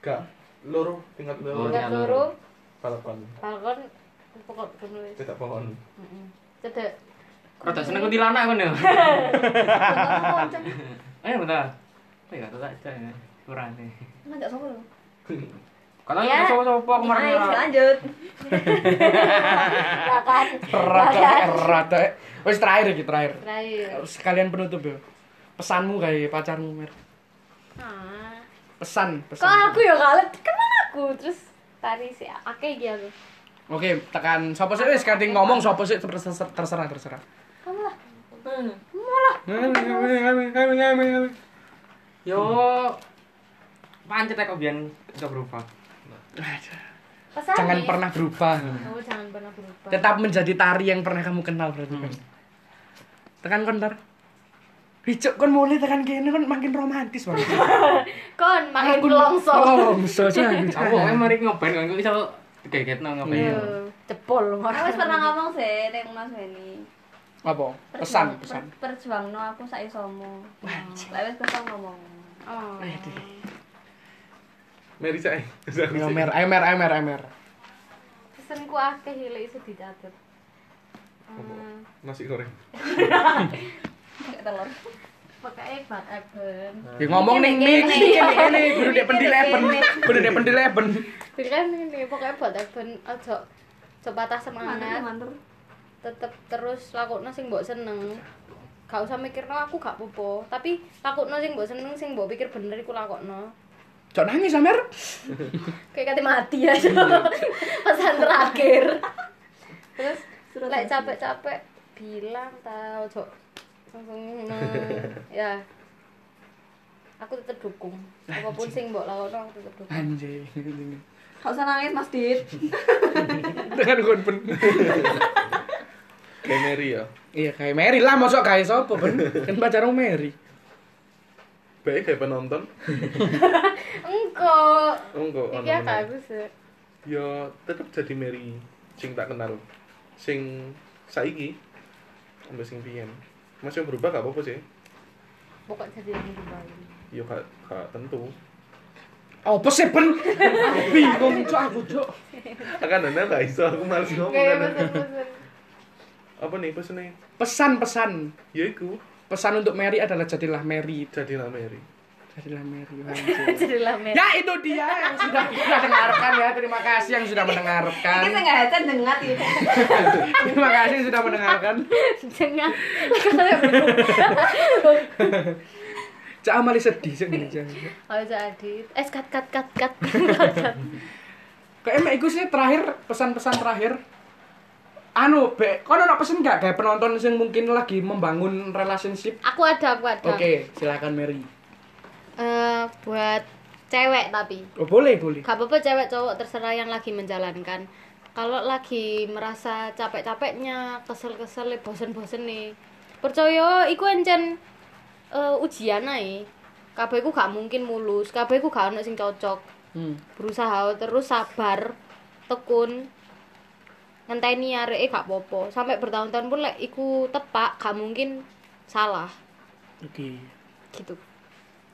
[SPEAKER 3] Gak loro tingkat
[SPEAKER 4] Oh,
[SPEAKER 3] loro
[SPEAKER 2] nggak
[SPEAKER 4] iya,
[SPEAKER 2] loro
[SPEAKER 3] balkon.
[SPEAKER 2] balkon pokok gunung wis
[SPEAKER 3] Tidak pohon.
[SPEAKER 2] Mm-mm. cedek
[SPEAKER 4] Rada seneng kuntilanak kon ya. Ayo bentar. Ayo gak tau tak cek. Kurang nih.
[SPEAKER 5] Ngajak sapa lho?
[SPEAKER 2] Ya.
[SPEAKER 4] Katanya sapa-sapa kemarin.
[SPEAKER 5] Ayo
[SPEAKER 4] ora.
[SPEAKER 5] lanjut.
[SPEAKER 2] Lah kan
[SPEAKER 1] Rata, rata. Wis terakhir iki, terakhir.
[SPEAKER 2] terakhir
[SPEAKER 1] Sekalian penutup ya. Pesanmu kayak pacarmu, Mer.
[SPEAKER 2] ah
[SPEAKER 1] Pesan,
[SPEAKER 2] kok
[SPEAKER 1] pesan.
[SPEAKER 2] aku ya kalah
[SPEAKER 5] Kan
[SPEAKER 2] kenal aku terus tari sih akeh iki aku
[SPEAKER 1] Oke, tekan sapa sih wis kate ngomong sapa sih terserah terserah. terserah.
[SPEAKER 2] kamu lah
[SPEAKER 4] Yo pancet kok biyen iso berubah.
[SPEAKER 2] pesan
[SPEAKER 1] Jangan
[SPEAKER 2] nih.
[SPEAKER 1] pernah berubah.
[SPEAKER 2] kamu jangan pernah berubah
[SPEAKER 1] Tetap menjadi tari yang pernah kamu kenal berarti. Mer. Tekan kontar. Hicuk kon mulai tekan kene kon makin romantis Oh, banget.
[SPEAKER 2] kon makin
[SPEAKER 1] Aku
[SPEAKER 2] pelongso
[SPEAKER 1] Pelongso sih.
[SPEAKER 4] Aku kok mari ngeband kok iku iso digegetno ngeband.
[SPEAKER 1] Iya.
[SPEAKER 2] jebol
[SPEAKER 5] Aku
[SPEAKER 2] marah
[SPEAKER 5] wis pernah ngomong sih ning Mas Weni.
[SPEAKER 1] Apa? Pesan, pesan.
[SPEAKER 5] Per, perjuangno aku sak isomu. Lah wis kesel ngomong.
[SPEAKER 2] oh
[SPEAKER 3] Mary saya.
[SPEAKER 1] Ayo Mer, ayo Mer, ayo Mer, ayo Mer.
[SPEAKER 2] pesanku akeh hilik iso dicatet Hmm,
[SPEAKER 3] Nasi goreng.
[SPEAKER 5] Kayak telur.
[SPEAKER 2] pokoknya bad eben
[SPEAKER 1] Ya ngomong ning mik, iki ning kene kudu dek pendil eben. Kudu dek pendil eben.
[SPEAKER 2] Pikiran ini pokoknya bad eben ojo ojo patah semangat
[SPEAKER 5] Mantur.
[SPEAKER 2] tetep terus lakukno sing mbok seneng gak usah mikirno aku gak popo tapi lakukno sing mbok seneng sing mbok pikir bener iku lakukno
[SPEAKER 1] Cok nangis ah, Mer.
[SPEAKER 2] kayak kate mati aja pesan terakhir terus lek capek-capek bilang tau ojo langsung ngene. ya aku tetep dukung apapun sing mbok lakukno aku tetep dukung
[SPEAKER 1] Anjing.
[SPEAKER 5] Gak usah nangis Mas Dit.
[SPEAKER 1] Dengan kon
[SPEAKER 3] Kayak Mary ya.
[SPEAKER 1] Iya kayak Mary lah, masuk kayak sopo ben? Kan pacarmu Mary.
[SPEAKER 3] Baik kayak penonton.
[SPEAKER 2] engko
[SPEAKER 3] Enggak.
[SPEAKER 2] iki ya bagus ya
[SPEAKER 3] Ya tetap jadi Mary sing tak kenal. Sing saiki ambil sing pian. Masih berubah gak apa-apa sih.
[SPEAKER 2] pokok jadi lebih baik
[SPEAKER 3] Ya gak, gak tentu.
[SPEAKER 1] Oh, sih ben? Bingung cok aku cok.
[SPEAKER 3] Akan ana gak iso aku males ngomong.
[SPEAKER 2] kayak
[SPEAKER 3] kan.
[SPEAKER 2] pesan-pesan
[SPEAKER 3] Apa nih pesennya?
[SPEAKER 1] Pesan-pesan.
[SPEAKER 3] Ya iku
[SPEAKER 1] Pesan untuk Mary adalah jadilah Mary.
[SPEAKER 3] jadilah Mary.
[SPEAKER 1] Jadilah Mary. anjing.
[SPEAKER 2] jadilah men
[SPEAKER 1] Ya itu dia yang sudah kita dengarkan ya. Terima kasih yang sudah mendengarkan.
[SPEAKER 5] Iki sing ngecen dengat iki.
[SPEAKER 1] Terima kasih yang sudah mendengarkan.
[SPEAKER 2] Jangan. Kalau
[SPEAKER 1] Cak Amali sedih cak gini cak.
[SPEAKER 2] jadi eh cut cut cut cut.
[SPEAKER 1] Kayak emek iku sih terakhir pesan-pesan terakhir. Anu, be, kau ada pesan gak kayak penonton yang mungkin lagi membangun relationship?
[SPEAKER 2] Aku ada, aku ada.
[SPEAKER 1] Oke, silakan Mary.
[SPEAKER 2] Eh, buat cewek tapi
[SPEAKER 1] Oh, boleh, boleh.
[SPEAKER 2] gak apa-apa cewek cowok terserah yang lagi menjalankan. Kalau lagi merasa capek-capeknya, kesel-kesel, bosen-bosen nih, percaya iku encen eh, ujian ae. Kabeh iku gak mungkin mulus, kabeh iku gak ono sing cocok.
[SPEAKER 1] Hmm.
[SPEAKER 2] berusaha terus sabar tekun ngenteni areke gak popo sampai bertahun-tahun pun lek iku tepak gak mungkin salah
[SPEAKER 1] Oke.
[SPEAKER 2] gitu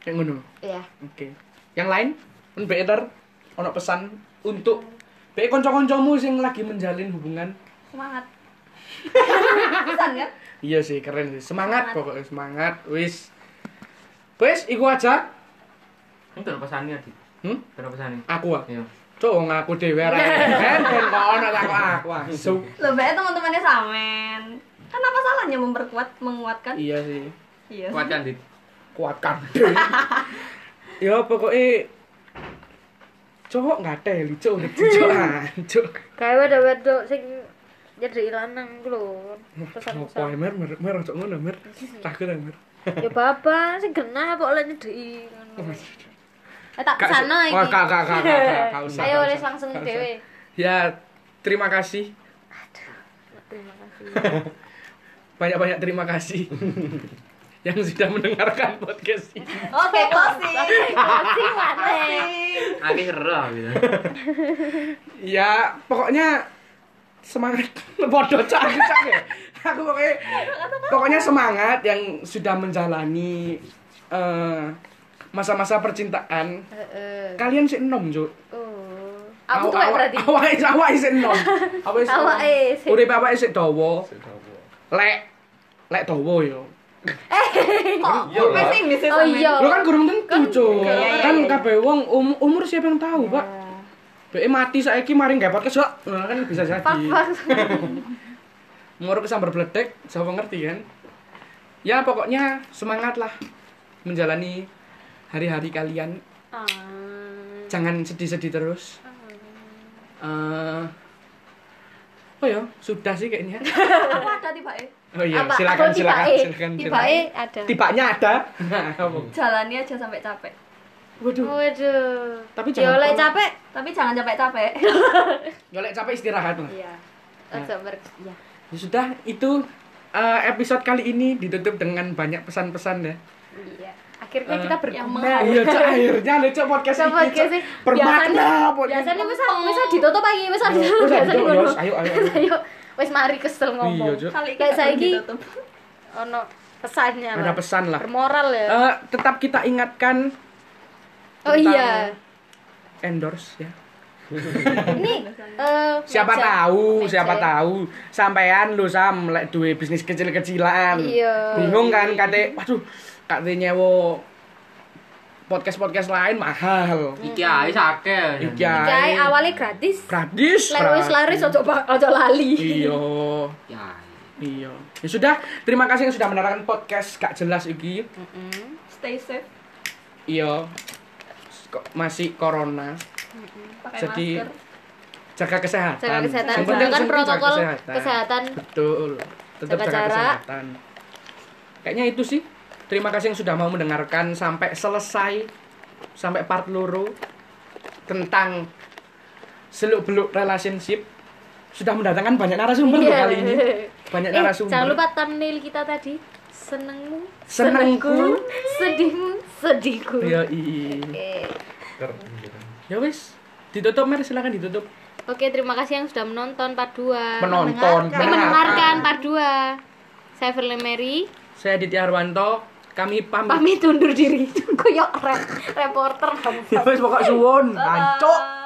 [SPEAKER 1] Kayak ngono.
[SPEAKER 2] ya
[SPEAKER 1] Oke. Yang lain, pun BE ter ono pesan untuk BE konco-koncomu sing lagi menjalin hubungan.
[SPEAKER 5] Semangat. Pesan kan?
[SPEAKER 1] Iya sih, keren sih. Semangat, pokoknya semangat. Wis. Wis, iku aja.
[SPEAKER 4] Itu lho pesane Adi.
[SPEAKER 1] Hmm?
[SPEAKER 4] Itu lho pesane.
[SPEAKER 1] Aku ah.
[SPEAKER 4] Iya.
[SPEAKER 1] Cuk, wong aku dhewe ra. Ben ben kok ono tak kok aku ah. asu.
[SPEAKER 5] Lho, bae teman-temannya Samen. Kan apa salahnya memperkuat, menguatkan?
[SPEAKER 1] Iya sih.
[SPEAKER 5] Iya.
[SPEAKER 4] Kuat kan, Dit?
[SPEAKER 1] Kuatkan. ya pokoknya cowok nggak ada Ah, ya lucu udah cocok ancuk
[SPEAKER 2] Kayak wedok-wedok sing nyedeki lanang ku lho.
[SPEAKER 1] ngopo
[SPEAKER 2] Pesan-pesan.
[SPEAKER 1] ya, mer mer mer cocok ngono mer takut ya, mer
[SPEAKER 2] Ya bapak sing genah kok oleh nyedeki
[SPEAKER 1] Oh,
[SPEAKER 2] ngono. Eh tak
[SPEAKER 1] Kak,
[SPEAKER 2] pesano
[SPEAKER 1] so-
[SPEAKER 2] iki.
[SPEAKER 1] Wah, kak, kak, kak, kak, kak, kak, usah,
[SPEAKER 2] Ayo
[SPEAKER 1] kak,
[SPEAKER 2] wis
[SPEAKER 1] usah.
[SPEAKER 2] langsung
[SPEAKER 1] Kak, usah.
[SPEAKER 2] dhewe.
[SPEAKER 1] ya terima kasih
[SPEAKER 2] Terima kasih.
[SPEAKER 1] banyak banyak terima kasih yang sudah mendengarkan podcast ini
[SPEAKER 5] Oke, closing.
[SPEAKER 2] Closing maneh.
[SPEAKER 4] Aku seru aku.
[SPEAKER 1] ya pokoknya semangat bodoh cak aku cak ya. aku pokoknya pokoknya semangat yang sudah menjalani eh, masa-masa percintaan
[SPEAKER 2] Heeh.
[SPEAKER 1] kalian sih enom cuk
[SPEAKER 2] Eh, Oh. Aku tuh berarti.
[SPEAKER 1] awak awak sih enom awak sih
[SPEAKER 2] Awak sih.
[SPEAKER 1] urip awak sih dawa lek lek dawa yo
[SPEAKER 3] Iya lah.
[SPEAKER 5] Pesimis ya
[SPEAKER 2] Oh
[SPEAKER 5] sama
[SPEAKER 2] iya.
[SPEAKER 1] Lo kan kurang tentu, Cuk.
[SPEAKER 2] iya, iya,
[SPEAKER 1] Kan
[SPEAKER 2] iya.
[SPEAKER 1] kabeh wong um- umur siapa yang tahu, Pak? Be mati saiki maring gak podcast, Cuk. Nah, kan bisa jadi.
[SPEAKER 2] Fak fak.
[SPEAKER 1] Nguruk sambar bledek, siapa ngerti kan? Ya pokoknya semangat lah menjalani hari-hari kalian. Jangan sedih-sedih terus. Eh Oh ya, sudah sih kayaknya.
[SPEAKER 5] Apa ada tiba eh?
[SPEAKER 1] Oh iya,
[SPEAKER 2] Apa?
[SPEAKER 1] silakan
[SPEAKER 2] Apa
[SPEAKER 1] silakan
[SPEAKER 2] tibae?
[SPEAKER 1] silakan.
[SPEAKER 2] Tibae
[SPEAKER 1] silakan.
[SPEAKER 2] ada.
[SPEAKER 1] Tibanya ada.
[SPEAKER 5] Jalani aja sampai capek.
[SPEAKER 1] Waduh.
[SPEAKER 2] Waduh.
[SPEAKER 1] Tapi
[SPEAKER 2] Ya
[SPEAKER 1] jangan
[SPEAKER 2] oleh
[SPEAKER 1] lupa-
[SPEAKER 2] capek.
[SPEAKER 5] Tapi jangan capek-capek.
[SPEAKER 1] Golek capek istirahat lah.
[SPEAKER 2] Iya. Ojo mer. Iya.
[SPEAKER 1] Ya sudah, itu eh, episode kali ini ditutup dengan banyak pesan-pesan ya.
[SPEAKER 2] Iya. Akhirnya kita berguna.
[SPEAKER 5] yang menghalangi.
[SPEAKER 1] Iya, Cok, akhirnya ada Cok podcast
[SPEAKER 2] Coba
[SPEAKER 1] ini. Cok.
[SPEAKER 2] sih.
[SPEAKER 1] Bermakna podcast.
[SPEAKER 2] Biasanya wis wis ditutup lagi, wis
[SPEAKER 1] Yo,
[SPEAKER 2] ditutup
[SPEAKER 1] wis
[SPEAKER 2] biasanya
[SPEAKER 1] ditutup,
[SPEAKER 2] ngono.
[SPEAKER 1] Yos. Ayo, ayo, ayo.
[SPEAKER 2] Ayo, wis mari kesel
[SPEAKER 1] Iya,
[SPEAKER 2] ngomong.
[SPEAKER 1] Cuk.
[SPEAKER 5] Kali
[SPEAKER 2] Kayak
[SPEAKER 5] kita belum
[SPEAKER 2] saiki.
[SPEAKER 5] ditutup.
[SPEAKER 2] Ono pesannya.
[SPEAKER 1] Ada
[SPEAKER 2] Pak.
[SPEAKER 1] pesan lah.
[SPEAKER 2] Bermoral ya.
[SPEAKER 1] Eh, tetap kita ingatkan
[SPEAKER 2] oh
[SPEAKER 1] tentang-
[SPEAKER 2] iya.
[SPEAKER 1] endorse ya.
[SPEAKER 2] Ini eh,
[SPEAKER 1] Siapa
[SPEAKER 2] meja.
[SPEAKER 1] tahu,
[SPEAKER 2] Meja.
[SPEAKER 1] siapa tahu sampean lu sam lek duwe bisnis kecil-kecilan.
[SPEAKER 2] Iya.
[SPEAKER 1] Bingung kan kate, waduh, kate nyewa podcast-podcast lain mahal. Iya.
[SPEAKER 4] Iki ae akeh.
[SPEAKER 1] Iki
[SPEAKER 2] Jai
[SPEAKER 1] ae.
[SPEAKER 2] awalnya gratis.
[SPEAKER 1] Gratis.
[SPEAKER 2] Lewis laris ojo bak- ojo lali.
[SPEAKER 1] Iya.
[SPEAKER 4] Iki ae.
[SPEAKER 1] Iya. Ya sudah, terima kasih yang sudah mendengarkan podcast Gak Jelas iki.
[SPEAKER 5] Stay safe.
[SPEAKER 1] Iya. Ko- Masih corona.
[SPEAKER 5] Pakai
[SPEAKER 1] Jadi
[SPEAKER 5] masker.
[SPEAKER 1] jaga kesehatan.
[SPEAKER 2] Jaga kesehatan.
[SPEAKER 1] Yang penting-
[SPEAKER 2] Kan
[SPEAKER 1] yang penting
[SPEAKER 2] protokol
[SPEAKER 1] jaga
[SPEAKER 2] kesehatan.
[SPEAKER 1] Betul. Tetap
[SPEAKER 2] Jaga
[SPEAKER 1] jaga,
[SPEAKER 2] jarak.
[SPEAKER 1] kesehatan. Kayaknya itu sih. Terima kasih yang sudah mau mendengarkan sampai selesai sampai part loro tentang seluk-beluk relationship. Sudah mendatangkan banyak narasumber loh
[SPEAKER 2] Iya.
[SPEAKER 1] kali ini. Banyak
[SPEAKER 2] Eh,
[SPEAKER 1] narasumber.
[SPEAKER 2] jangan lupa thumbnail kita tadi. Senengmu,
[SPEAKER 1] Senengku.
[SPEAKER 2] sedihmu, sedihku.
[SPEAKER 1] Iya, iya.
[SPEAKER 2] Oke.
[SPEAKER 3] iya kan?
[SPEAKER 1] Ya wis, ditutup Mer, silakan ditutup.
[SPEAKER 2] Oke, terima kasih yang sudah menonton part 2.
[SPEAKER 1] Menonton,
[SPEAKER 2] Eh, mendengarkan part 2. Saya Firly Mary,
[SPEAKER 1] Saya Aditya Arwanto, kami pamit.
[SPEAKER 2] pamit undur diri. Koyok rep, ya, reporter.
[SPEAKER 1] Ya wis pokok suwun, ancuk.